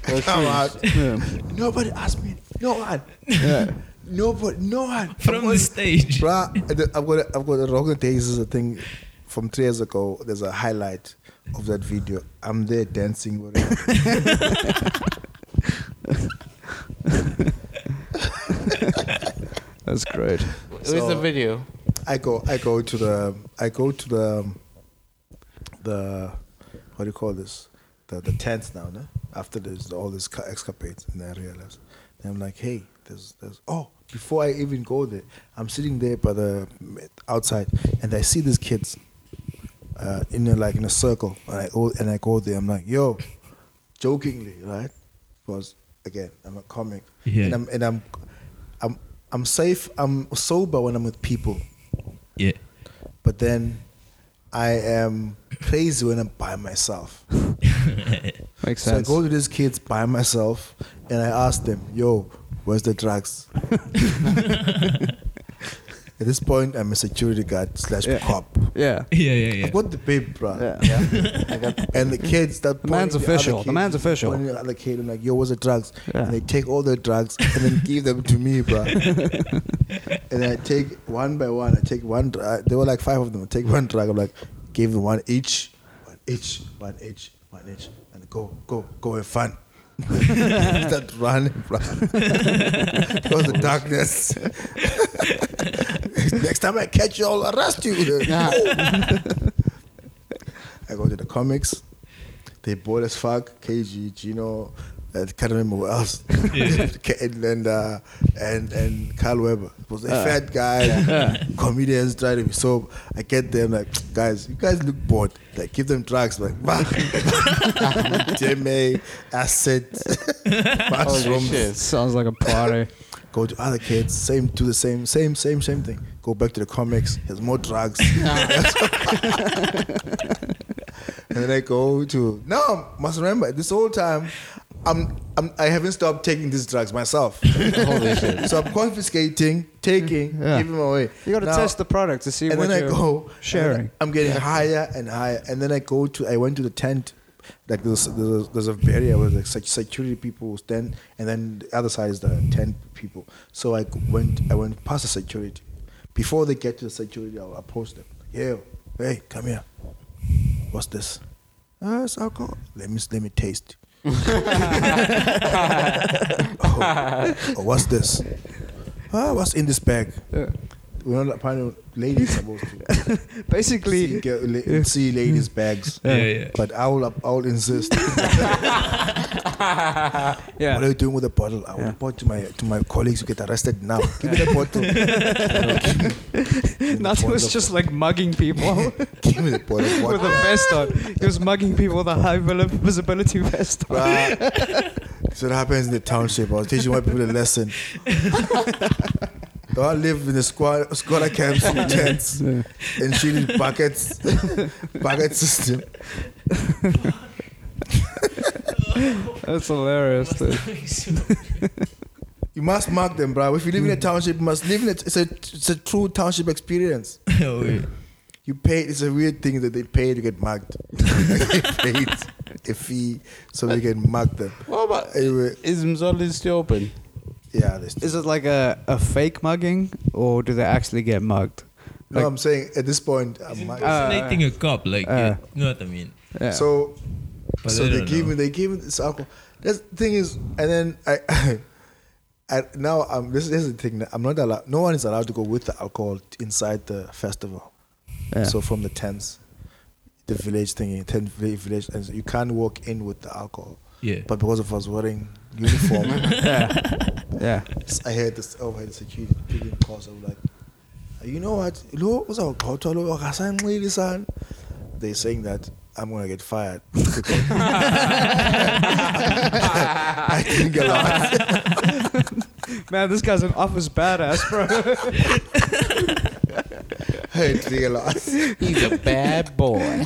Speaker 1: Oh,
Speaker 4: come out.
Speaker 1: Yeah.
Speaker 4: Nobody asked me. No one.
Speaker 1: Yeah.
Speaker 4: Nobody. No one.
Speaker 2: From the stage.
Speaker 4: Bruh, and then I've got a, I've got a Rogan Days is a thing from three years ago. There's a highlight of that video. I'm there dancing. whatever.
Speaker 1: That's great.
Speaker 3: Where's the
Speaker 4: So-
Speaker 3: video?
Speaker 4: I go I go to the I go to the the what do you call this the the tents now. No? After this all this ca- escapades, and I realize, and I'm like, hey, there's there's oh. Before I even go there, I'm sitting there by the outside, and I see these kids uh, in a, like in a circle, and I go and I go there. I'm like, yo, jokingly, right? Because again, I'm a comic,
Speaker 2: Yeah.
Speaker 4: and I'm and I'm, I'm I'm safe. I'm sober when I'm with people,
Speaker 2: Yeah.
Speaker 4: but then I am crazy when I'm by myself.
Speaker 1: Makes
Speaker 4: So I
Speaker 1: sense.
Speaker 4: go to these kids by myself, and I ask them, "Yo, where's the drugs?" At this point, I'm a security guard slash
Speaker 1: Yeah.
Speaker 4: cop.
Speaker 1: yeah.
Speaker 2: Yeah, yeah, yeah.
Speaker 4: I've got the babe, bro.
Speaker 1: Yeah.
Speaker 3: I got
Speaker 4: And the kids that
Speaker 1: The man's official. The man's official.
Speaker 4: When the other kid, I'm like, yo, what's the drugs?
Speaker 1: Yeah.
Speaker 4: And they take all the drugs and then give them to me, bro. and I take one by one. I take one. Dr- there were like five of them. I take one drug. I'm like, give them one each, one each, one each, one each, and go, go, go have fun. Start running, bro. Because the darkness. Next time I catch you, I'll arrest you. I go to the comics. They bored as fuck. KG, Gino, uh, I can't remember who else. and and, uh, and and Carl Weber It was a fat guy. Comedians try to be so. I get them like, guys, you guys look bored. Like, give them drugs. Like, DMA, acid, mushrooms.
Speaker 3: shit.
Speaker 1: Sounds like a party.
Speaker 4: Go to other kids. Same, do the same, same, same, same thing. Go back to the comics. There's more drugs. and then I go to no. Must remember this whole time, I'm, I'm I haven't stopped taking these drugs myself.
Speaker 3: Holy shit.
Speaker 4: so I'm confiscating, taking,
Speaker 1: Yeah.
Speaker 4: giving away.
Speaker 1: You got to
Speaker 4: Now-
Speaker 1: test the product to see
Speaker 4: and
Speaker 1: what
Speaker 4: then I
Speaker 1: you're
Speaker 4: go
Speaker 1: sharing.
Speaker 4: and then I'm getting higher and higher, and then I go to. I went to the tent. Like there's there's, there's a barrier where like sec- security people stand, and then the other side is the tent people. So I g- went I went past the security. Before they get to the security, I'll approach them. Yeah, hey, come here. What's this? "Ah, it's alcohol. Let me let me taste. oh, oh, what's this? Ah, what's in this bag?
Speaker 1: Yeah.
Speaker 4: We're not apparently ladies supposed to see,
Speaker 1: Basically,
Speaker 4: girl, la- see ladies' bags.
Speaker 2: Yeah, yeah.
Speaker 4: But I will, I will insist. What are
Speaker 1: yeah.
Speaker 4: you doing with the bottle? I will
Speaker 1: Yeah.
Speaker 4: report to my to my colleagues. You get arrested now. Give me the bottle. Give me the
Speaker 1: Nazi
Speaker 4: bottle.
Speaker 1: was just like mugging people with
Speaker 4: Give me the bottle.
Speaker 1: a
Speaker 4: of water.
Speaker 1: vest on. He was mugging people with a high vili- visibility vest on.
Speaker 4: Bruh. so that happens in the township. I was teaching white people a lesson. They all live in the squad squatter camps with tents and shooting buckets, bucket system.
Speaker 1: That's hilarious. dude.
Speaker 4: You must mark them, bro. If you live in a township, you must live in it. It's a it's a true township experience.
Speaker 2: Oh, yeah.
Speaker 4: You pay. It's a weird thing that they pay to get marked. they paid a fee so they can mark them.
Speaker 3: What about
Speaker 4: Anyway,
Speaker 3: is Mzoli still open?
Speaker 4: yeah. This,
Speaker 1: Is it like a, a fake mugging or do they actually get mugged?
Speaker 4: no, I'm saying at this point, I'm marked.
Speaker 1: Uh,
Speaker 2: Impersonating a cop, like,
Speaker 1: uh,
Speaker 2: yeah, you know what I mean?
Speaker 1: Yeah.
Speaker 4: So,
Speaker 2: But
Speaker 4: so
Speaker 2: I
Speaker 4: they
Speaker 2: don't
Speaker 4: give me
Speaker 2: know.
Speaker 4: they give me this alcohol. That's the thing is, and then I, I now I'm this, this is the thing. I'm not allowed. No one is allowed to go with the alcohol inside the festival.
Speaker 1: Yeah.
Speaker 4: So from the tents, the village thing, tent vi- village, and you can't walk in with the alcohol.
Speaker 2: Yeah.
Speaker 4: But because of us wearing uniform,
Speaker 1: yeah.
Speaker 4: I heard this overhead security picking calls. I'm like, "Uh, you know what? Lo uzawugxothwa lo akasanxili sana." They're saying that I'm gonna get fired. I think a lot.
Speaker 1: Man, this guy's an office badass, bro.
Speaker 4: I think a lot.
Speaker 3: He's a bad boy.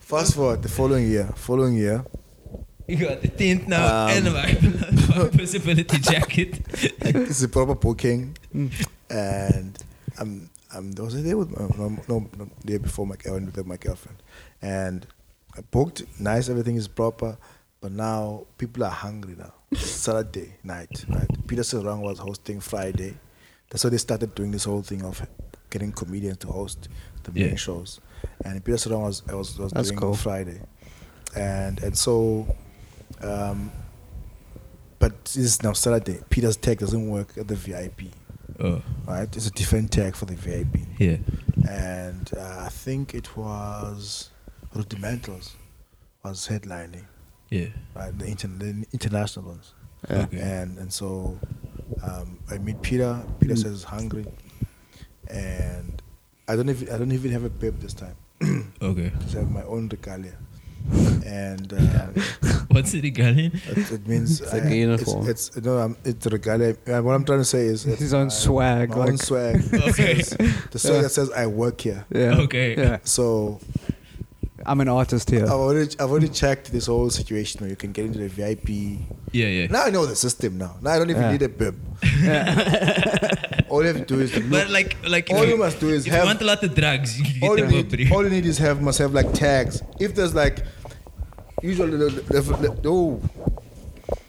Speaker 4: Fast forward the following year. Following year,
Speaker 2: You got the tint
Speaker 4: Um.
Speaker 2: now and my visibility jacket.
Speaker 4: like, it's a proper booking, and I'm I'm I was there with my, no no no the day before my I went with my girlfriend, and I booked nice everything is proper, but now people are hungry now. It's Saturday night, right? Peter Serang was hosting Friday, that's why they started doing this whole thing of getting comedians to host the main
Speaker 2: Yeah.
Speaker 4: shows, and Peter Serang was I was, was
Speaker 1: That's
Speaker 4: doing
Speaker 1: cool.
Speaker 4: Friday, and and so. Um, but this is now Saturday. Peter's tag doesn't work at the VIP,
Speaker 2: Oh,
Speaker 4: right? It's a different tag for the VIP.
Speaker 2: yeah.
Speaker 4: And uh, I think it was Rudimentals was headlining,
Speaker 2: Yeah.
Speaker 4: right? The, inter- the international ones.
Speaker 1: Yeah.
Speaker 2: Okay.
Speaker 4: And and so um, I meet Peter.
Speaker 1: Hmm.
Speaker 4: Peter says he's hungry, and I don't even I don't even have a bib this time.
Speaker 2: Okay.
Speaker 4: I have my own regalia, and. Um,
Speaker 2: What's it again?
Speaker 4: It, it means
Speaker 3: It's like a uniform.
Speaker 4: It's, it's no, I'm, it's regalia. Uh, What I'm trying to say is
Speaker 1: It's his
Speaker 4: uh,
Speaker 1: own swag,
Speaker 4: my
Speaker 1: like
Speaker 4: own swag.
Speaker 2: Okay.
Speaker 4: It's the swag that says I work here.
Speaker 1: yeah,
Speaker 2: Okay.
Speaker 1: yeah.
Speaker 4: So
Speaker 1: I'm an artist here.
Speaker 4: I've already I've already checked this whole situation where you can get into the VIP.
Speaker 2: Yeah, yeah.
Speaker 4: Now I know the system. Now, now I don't even
Speaker 1: Yeah.
Speaker 4: need a bib. all you have to do is
Speaker 2: But
Speaker 4: look.
Speaker 2: like, like
Speaker 4: all
Speaker 2: if
Speaker 4: you must do is
Speaker 2: if
Speaker 4: have-
Speaker 2: you want a lot of drugs, you
Speaker 4: all, you
Speaker 2: get the
Speaker 4: need, all
Speaker 2: robbery.
Speaker 4: you need is have must have like tags. If there's like usually they'll, they'll, they'll- oh,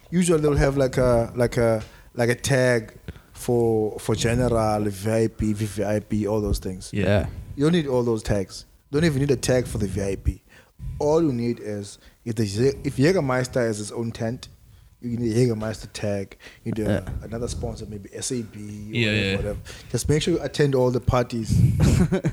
Speaker 4: usually they'll have like a like a like a tag for for general VIP VVIP all those things.
Speaker 1: yeah,
Speaker 4: You don't need all those tags. Don't even need a tag for the VIP. All you need is if the Jä- if Jägermeister has his own tent, you need a Jägermeister tag. You need a- another sponsor, maybe SAB,
Speaker 2: Yeah,
Speaker 4: whatever,
Speaker 2: yeah.
Speaker 4: whatever. Just make sure you attend all the parties.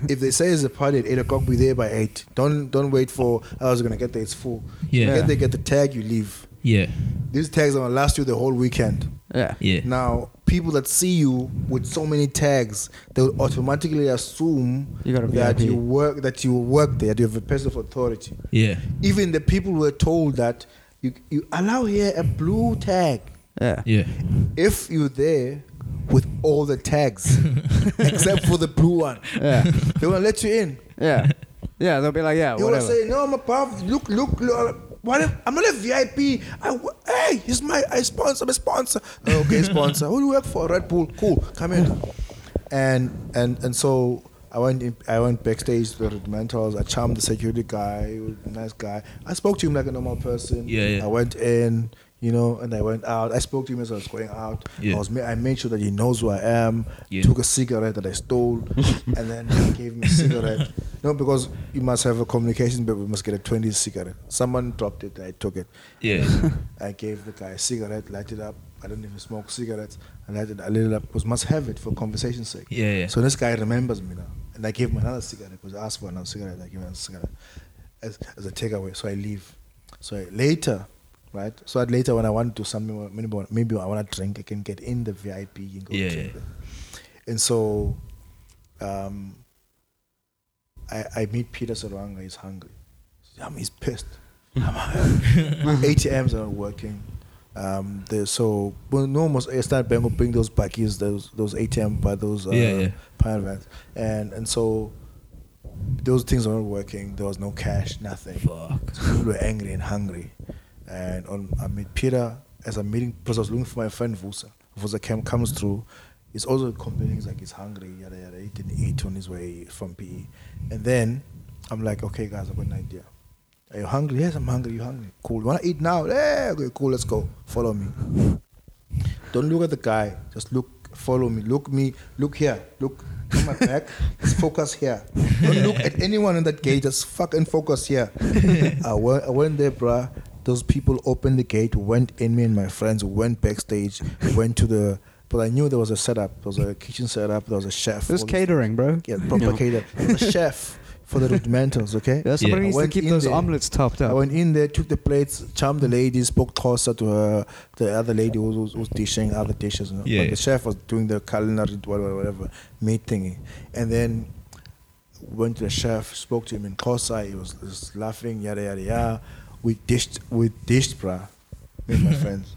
Speaker 4: if they say it's a party at eight o'clock, be there by eight. Don't don't wait for I was gonna get there. It's full.
Speaker 2: Yeah.
Speaker 4: You get there, get the tag, you leave.
Speaker 2: Yeah.
Speaker 4: These tags are gonna last you the whole weekend.
Speaker 1: yeah,
Speaker 2: Yeah.
Speaker 4: Now, people that see you with so many tags, they will automatically assume
Speaker 1: You got a
Speaker 4: that
Speaker 1: VIP.
Speaker 4: you work that you work there, that you have a person of authority.
Speaker 2: Yeah.
Speaker 4: Even the people were told that you, you allow here a blue tag
Speaker 1: yeah,
Speaker 2: Yeah.
Speaker 4: if you're there with all the tags except for the blue one.
Speaker 1: yeah,
Speaker 4: They won't let you in.
Speaker 1: yeah, yeah. They'll be like, yeah,
Speaker 4: You want to
Speaker 1: whatever.
Speaker 4: say no? I'm above. Look, look, look. What if I'm not a VIP? I, wo- hey, he's my I sponsor. I'm a sponsor. "Oh, Okay, sponsor. Who do you work for? Red Bull. Cool. Come in. And and and so I went in, I went backstage to the mentors. I charmed the security guy. He was a nice guy. I spoke to him like a normal person.
Speaker 2: Yeah, yeah.
Speaker 4: I went in. you know, and I went out. I spoke to him as I was going out.
Speaker 2: Yeah.
Speaker 4: I was ma- I made sure that he knows who I am.
Speaker 2: Yeah.
Speaker 4: Took a cigarette that I stole, and then he gave me a cigarette. no, because you must have a communication, but we must get a twenty cigarette. Someone dropped it. I took it.
Speaker 2: Yeah.
Speaker 4: I gave the guy a cigarette, light it up. I don't even smoke cigarettes. I lighted, I lit it up because must have it for conversation's sake.
Speaker 2: Yeah, yeah.
Speaker 4: So this guy remembers me now, and I gave him another cigarette because I asked for another cigarette. I gave him another cigarette as, as a takeaway. So I leave. So I- later, right? So that later when I want to do something, or maybe maybe I want to drink, I can get in the VIP and go
Speaker 2: Yeah,
Speaker 4: drink
Speaker 2: yeah.
Speaker 4: there. And so, um, I, I meet Peter Saranga. He's hungry. Yum, he's pissed. ATMs are not working. Um, they- so well, no almost Standard Bank will bring those buckies, those those ATM by those uh,
Speaker 2: Yeah, yeah.
Speaker 4: pile vans, and and so those things were not working. There was no cash, nothing.
Speaker 2: Fuck.
Speaker 4: So people were angry and hungry. And on, I meet Peter as I'm meeting, because I was looking for my friend Vusa. Vusa came, comes through. He's also complaining, he's like he's hungry, yada yada. He didn't eat on his way from PE. And then I'm like, okay, guys, I've got an idea. Are you hungry? Yes, I'm hungry. You hungry? Cool. You wanna eat now? Yeah, okay, cool, let's go. Follow me. Don't look at the guy. Just look, follow me. Look me. Look here. Look. Come at back. Just focus here. Don't look at anyone in that gate. Just fucking focus here. I went, I went there, bruh. Those people opened the gate, went in. Me and my friends went backstage, went to the. But I knew there was a setup. There was a kitchen setup. There was a chef.
Speaker 1: This
Speaker 4: all this-
Speaker 1: catering, bro.
Speaker 4: Yeah, proper cater. There was a chef for the rudimentals. Okay.
Speaker 1: Yeah, somebody
Speaker 4: I
Speaker 1: needs to
Speaker 4: went
Speaker 1: keep
Speaker 4: in
Speaker 1: those
Speaker 4: there.
Speaker 1: omelets topped
Speaker 4: I
Speaker 1: up.
Speaker 4: went in there, took the plates, charmed the lady, spoke Xhosa to her, the other lady who was, was dishing other dishes. You know?
Speaker 2: Yeah.
Speaker 4: But the chef was doing the culinary whatever, whatever meat thingy. And then went to the chef, spoke to him in Xhosa. He was, was laughing, yada yada yada. We dished, we dished, bruh, me and my friends.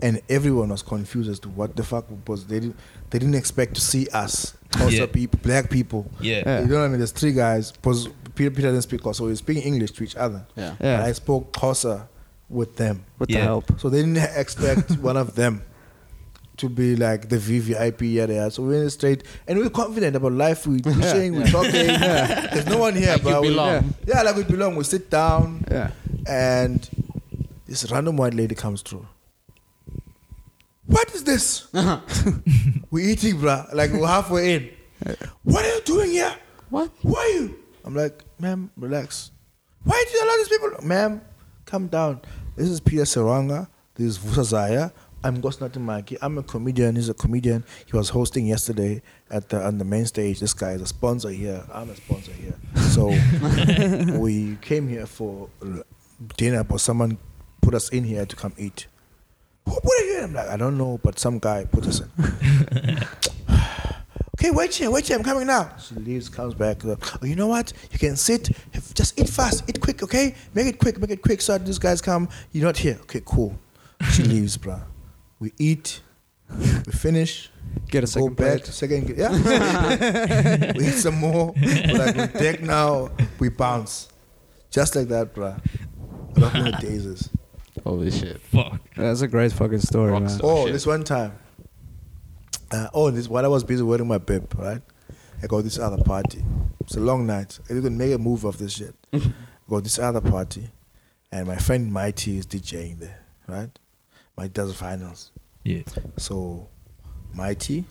Speaker 4: And everyone was confused as to what the fuck was they didn't they didn't expect to see us Xhosa
Speaker 2: Yeah.
Speaker 4: people, black people.
Speaker 2: Yeah.
Speaker 4: You know what I mean? There's three guys. Because Peter, Peter didn't speak Xhosa. We were speaking English to each other.
Speaker 3: Yeah.
Speaker 1: Yeah.
Speaker 4: And I spoke Xhosa with them.
Speaker 1: With
Speaker 2: Yeah.
Speaker 1: the help.
Speaker 4: So they didn't expect one of them to be like the VVIP yada yada. So we went straight and we were confident about life. We
Speaker 1: Yeah.
Speaker 4: fishing, we
Speaker 1: Yeah.
Speaker 4: talking. There's no one here,
Speaker 3: Like you
Speaker 4: but we
Speaker 3: belong.
Speaker 4: Yeah. like we belong. We sit down
Speaker 1: Yeah.
Speaker 4: and this random white lady comes through. What is this? we eating, bruh. Like we're halfway in. What are you doing here?
Speaker 3: What?
Speaker 4: Who are you? I'm like, ma'am, relax. Why do you allow these people? Ma'am, calm down. This is Peter Seranga. This is Vusa Zaya. I'm Gosnati Maki. I'm a comedian. He's a comedian. He was hosting yesterday at the on the main stage. This guy is a sponsor here. I'm a sponsor here. So we came here for dinner, but someone put us in here to come eat. Who put it here? I'm like, I don't know, but some guy put us in. okay, wait here, wait here, I'm coming now. She leaves, comes back. uh, Oh, you know what? You can sit, have- just eat fast, eat quick, okay? Make it quick, make it quick so that these guys come. You're not here. Okay, cool. She leaves, bruh. We eat, we finish.
Speaker 1: Get a
Speaker 4: Go
Speaker 1: second
Speaker 4: back,
Speaker 1: plate.
Speaker 4: second, yeah. we eat some more. We're like, we deck now, we bounce. Just like that, bruh. I don't know what days is.
Speaker 3: Holy shit.
Speaker 2: Fuck.
Speaker 1: That's a great fucking story,
Speaker 3: Rock
Speaker 1: man.
Speaker 3: star.
Speaker 4: Oh,
Speaker 3: shit.
Speaker 4: this one time. Uh, oh, this while I was busy wearing my bib, right? I got this other party. It's a long night. I didn't make a move of this shit. got this other party, and my friend Mighty is DJing there, right? Mighty does finals.
Speaker 2: Yeah.
Speaker 4: So, Mighty,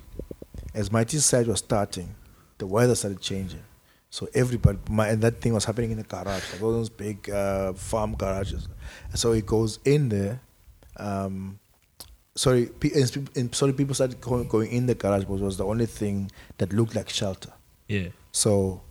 Speaker 4: as Mighty's side was starting, the weather started changing. So everybody, my, and that thing was happening in the garage, like all those big uh, farm garages. So he goes in there. Um, sorry, pe- and sp- and sorry, people started going, going in the garage, but it was the only thing that looked like shelter.
Speaker 2: Yeah.
Speaker 4: So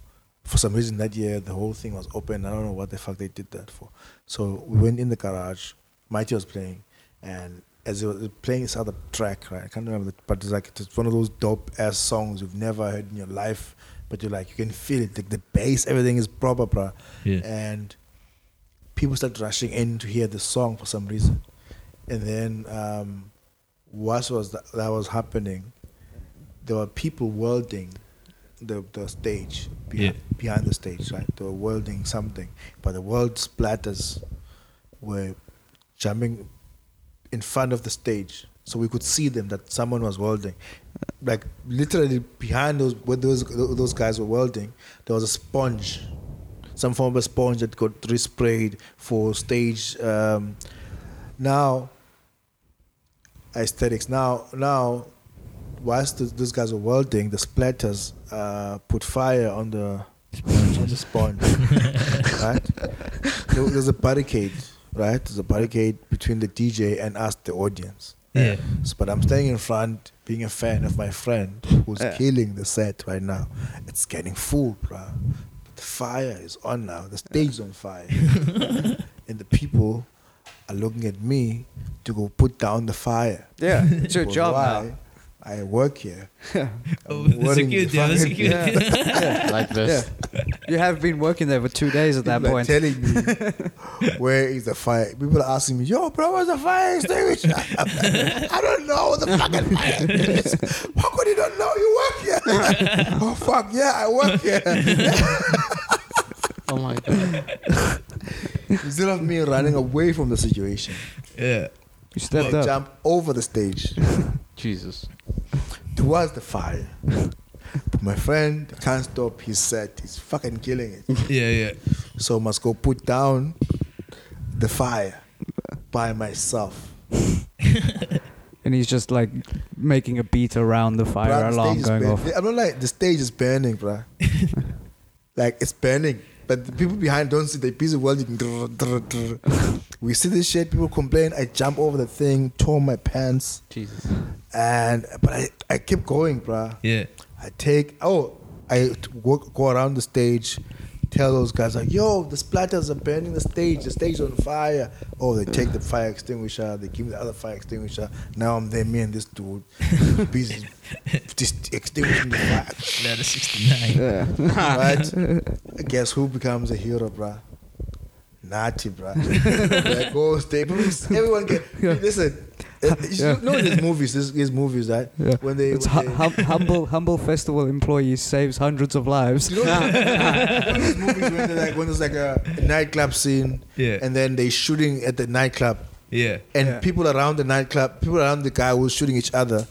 Speaker 4: for some reason that year the whole thing was open. I don't know what the fuck they did that for. So we went in the garage. Mighty was playing, and as he was playing this other track, right? I can't remember, the, but it's like it's one of those dope ass songs you've never heard in your life. But you're like you can feel it, like the bass, everything is proper, bruh.
Speaker 2: Yeah.
Speaker 4: And people started rushing in to hear the song for some reason. And then um, what was that, that was happening? There were people welding the the stage behind,
Speaker 2: Yeah.
Speaker 4: behind the stage, right? They were welding something, but the world splatters were jumping in front of the stage, so we could see them that someone was welding. Like literally behind those where those those guys were welding, there was a sponge, some form of a sponge that got resprayed for stage. Um, now aesthetics. Now, now, whilst th- these guys were welding, the splatters uh, put fire on the on the sponge, right? There- There's a barricade, right? There's a barricade between the DJ and us, the audience.
Speaker 2: Yeah.
Speaker 4: So, but I'm staying in front, being a fan of my friend who's
Speaker 1: Yeah.
Speaker 4: killing the set right now. It's getting full, bro. The fire is on now. The stage's on fire, and the people are looking at me to go put down the fire.
Speaker 1: Yeah, it's your
Speaker 4: Because
Speaker 1: job
Speaker 4: why? I work here.
Speaker 1: now.
Speaker 2: Oh,
Speaker 4: I'm
Speaker 2: the
Speaker 4: wearing
Speaker 2: security,
Speaker 4: the fucking-
Speaker 2: the security.
Speaker 3: like
Speaker 1: yeah.
Speaker 3: this.
Speaker 1: You have been working there for two days at that
Speaker 4: People
Speaker 1: point.
Speaker 4: Are telling me where is the fire? People are asking me, "Yo, bro, where's the fire extinguisher?" I'm like, I don't know where the fucking fire is. How could you not know? You work here. oh fuck yeah, I work here.
Speaker 3: Oh my god.
Speaker 4: Instead of me running away from the situation,
Speaker 2: yeah.
Speaker 1: You
Speaker 4: I
Speaker 1: stepped up.
Speaker 4: jump over the stage
Speaker 3: Jesus.
Speaker 4: towards the fire. But my friend can't stop his set. He's fucking killing it.
Speaker 2: Yeah, yeah.
Speaker 4: So must go put down the fire by myself.
Speaker 1: And he's just like making a beat around the fire
Speaker 4: Bruh, the
Speaker 1: alarm
Speaker 4: stage is
Speaker 1: going
Speaker 4: burn-
Speaker 1: off.
Speaker 4: I'm not like the stage is burning, bruh. like it's burning. But the people behind don't see the piece of welding. Drr, drr, drr. We see this shit, people complain. I jump over the thing, tore my pants,
Speaker 3: Jesus.
Speaker 4: and but I, I keep going, bruh.
Speaker 2: Yeah.
Speaker 4: I take oh I t- walk, go around the stage, tell those guys like, yo, the splatters are burning the stage, the stage's on fire. Oh, they take the fire extinguisher, they give me the other fire extinguisher. Now I'm there, me and this dude, busy just extinguishing the fire.
Speaker 2: Letter 69.
Speaker 1: Yeah.
Speaker 4: Right? Guess who becomes a hero, bruh? Natty, bruh. that goes there. Everyone can listen. uh, You
Speaker 1: Yeah.
Speaker 4: know these movies, these, these movies, right?
Speaker 1: Yeah.
Speaker 4: When they,
Speaker 1: It's
Speaker 4: when
Speaker 1: hu-
Speaker 4: they
Speaker 1: hum- humble, humble festival employee saves hundreds of lives.
Speaker 4: You know, one of those movies when, they're like, when there's like a nightclub scene,
Speaker 2: Yeah.
Speaker 4: and then they shooting at the nightclub,
Speaker 2: Yeah.
Speaker 4: and
Speaker 1: Yeah.
Speaker 4: people around the nightclub, people around the guy who's shooting each other,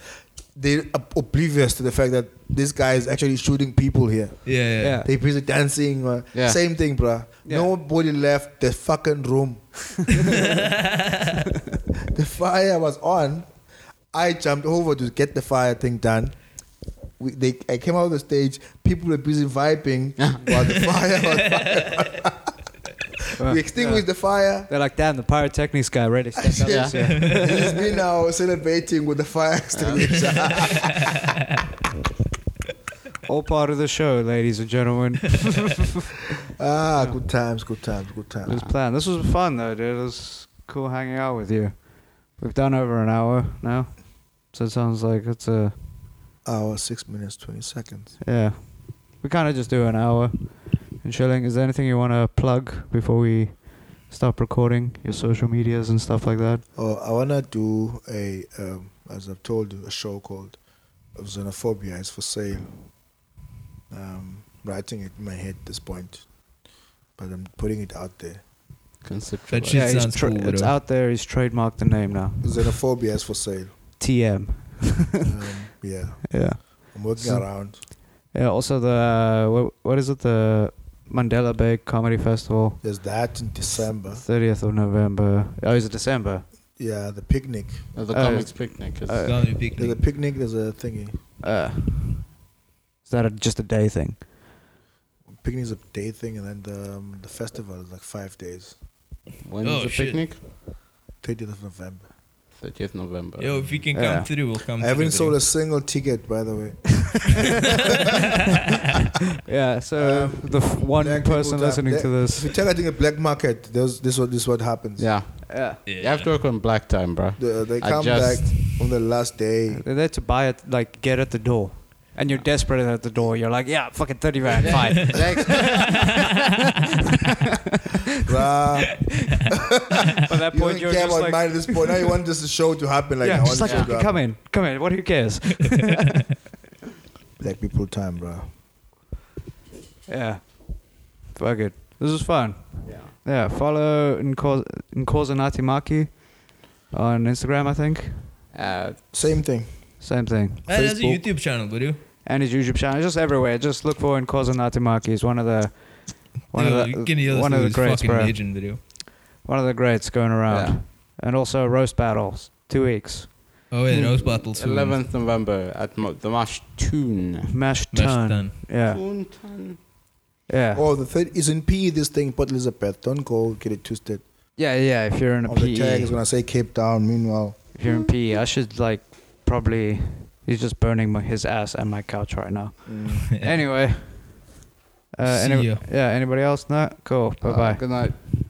Speaker 4: they're ob- oblivious to the fact that this guy is actually shooting people here.
Speaker 2: Yeah.
Speaker 1: Yeah.
Speaker 2: Yeah.
Speaker 4: They busy dancing, uh,
Speaker 3: Yeah.
Speaker 4: same thing, bruh.
Speaker 1: Yeah.
Speaker 4: Nobody left the fucking room. the fire was on. I jumped over to get the fire thing done. We, they, I came out of the stage. People were busy vibing while the fire was.
Speaker 1: Uh,
Speaker 4: we extinguished the fire.
Speaker 1: They're like, damn, the pyrotechnics guy really stepped up.
Speaker 4: Yeah.
Speaker 1: this year."
Speaker 4: It's me now celebrating with the fire extinguisher.
Speaker 1: All part of the show, ladies and gentlemen.
Speaker 4: ah, good times, good times, good
Speaker 1: It
Speaker 4: times.
Speaker 1: was planned. This was fun though, dude. It was cool hanging out with you. We've done over an hour now, so it sounds like it's a
Speaker 4: Hour six minutes twenty seconds.
Speaker 1: yeah. We kind of just do an hour and chilling. Is there anything you want to plug before we stop recording? Your social medias and stuff like that.
Speaker 4: Oh, I wanna do a um, as I've told you a show called Xenophobia is for sale. Um, writing it in my head at this point, but I'm putting it out there.
Speaker 3: Conceptual.
Speaker 2: That shit-
Speaker 1: yeah, he's
Speaker 2: sounds cool,
Speaker 1: it's
Speaker 2: bro.
Speaker 1: out there. He's trademarked the name now.
Speaker 4: Xenophobia is for sale.
Speaker 1: TM.
Speaker 4: Um, yeah,
Speaker 1: Yeah.
Speaker 4: I'm working
Speaker 1: So-
Speaker 4: around.
Speaker 1: Yeah. Also the what, what is it? The Mandela Bay Comedy Festival,
Speaker 4: There's that in December.
Speaker 1: thirtieth of November. Oh, is it December?
Speaker 4: Yeah, the picnic.
Speaker 3: Uh, the
Speaker 1: Uh,
Speaker 3: comics picnic. Is,
Speaker 1: uh,
Speaker 2: Gonna be big
Speaker 4: There's a
Speaker 2: league.
Speaker 4: picnic. There's a thingy.
Speaker 1: Uh, is that a, just a day thing?
Speaker 4: Picnic is a day thing, and then the, um, the festival is like five days.
Speaker 3: when
Speaker 2: oh,
Speaker 3: is the
Speaker 2: shit.
Speaker 3: picnic?
Speaker 4: 30th of November.
Speaker 3: 30th November.
Speaker 2: Yo, if you can come
Speaker 1: Yeah.
Speaker 2: through, we'll come
Speaker 4: I haven't sold
Speaker 2: through.
Speaker 4: a single ticket, by the way.
Speaker 1: Yeah. So
Speaker 4: Um,
Speaker 1: the f- one
Speaker 4: black
Speaker 1: person
Speaker 4: people,
Speaker 1: listening
Speaker 4: black-
Speaker 1: to
Speaker 4: If
Speaker 1: this.
Speaker 4: you targeting a black market, there's, this what this what happens.
Speaker 3: yeah.
Speaker 1: Yeah.
Speaker 2: yeah.
Speaker 3: You have to work on black time, bro.
Speaker 4: The- they
Speaker 3: I
Speaker 4: come back
Speaker 3: just-
Speaker 4: on the last day.
Speaker 1: They're there to buy it, like get at the door, and you're desperate at the door. You're like, yeah, fucking thirty rand, fine.
Speaker 4: Bruh,
Speaker 1: By that
Speaker 4: you
Speaker 1: point,
Speaker 4: don't
Speaker 1: you're
Speaker 4: care
Speaker 1: just
Speaker 4: about
Speaker 1: like,
Speaker 4: mine at this point. Now you want just a show to happen. Like,
Speaker 1: yeah,
Speaker 4: I want
Speaker 1: just like
Speaker 4: the show to happen.
Speaker 1: come in, come in. What who cares?
Speaker 4: Black people time, bruh.
Speaker 1: yeah. Fuck it. This was fun. Yeah. Yeah. Follow Nkoz Nkoza Natimaki on Instagram, I think.
Speaker 3: Uh,
Speaker 4: Same thing.
Speaker 1: Same thing.
Speaker 2: Hey, that's a
Speaker 4: Facebook.
Speaker 2: YouTube channel, bro.
Speaker 1: and his YouTube channel. It's just everywhere. Just look for Nkosi Natimaki. He's one of the one
Speaker 2: Dude,
Speaker 1: of
Speaker 2: can
Speaker 1: the
Speaker 2: you
Speaker 1: one of the greats,
Speaker 2: fucking
Speaker 1: bro.
Speaker 2: legend, bro.
Speaker 1: One of the greats going around. And also roast battles, two weeks.
Speaker 2: Oh, yeah,
Speaker 1: Hmm.
Speaker 2: those bottles. soon.
Speaker 3: 11th November at Mo- the March Tune.
Speaker 1: Mash
Speaker 2: Mashed
Speaker 1: tun.
Speaker 2: done.
Speaker 1: Yeah.
Speaker 3: Tune, tune.
Speaker 1: Yeah.
Speaker 4: Oh, the third is in PE. This thing, Port Elizabeth. Don't go get it twisted.
Speaker 1: Yeah, yeah. If you're in a
Speaker 4: On the tag
Speaker 1: PE,
Speaker 4: is gonna say Cape Town. Meanwhile,
Speaker 1: if you're in PE, I should like probably. He's just burning my, his ass and my couch right now. Anyway. Uh,
Speaker 2: See
Speaker 1: any-
Speaker 2: ya.
Speaker 1: yeah. Anybody else? No. Cool. Bye
Speaker 3: Uh,
Speaker 1: bye.
Speaker 3: Good night.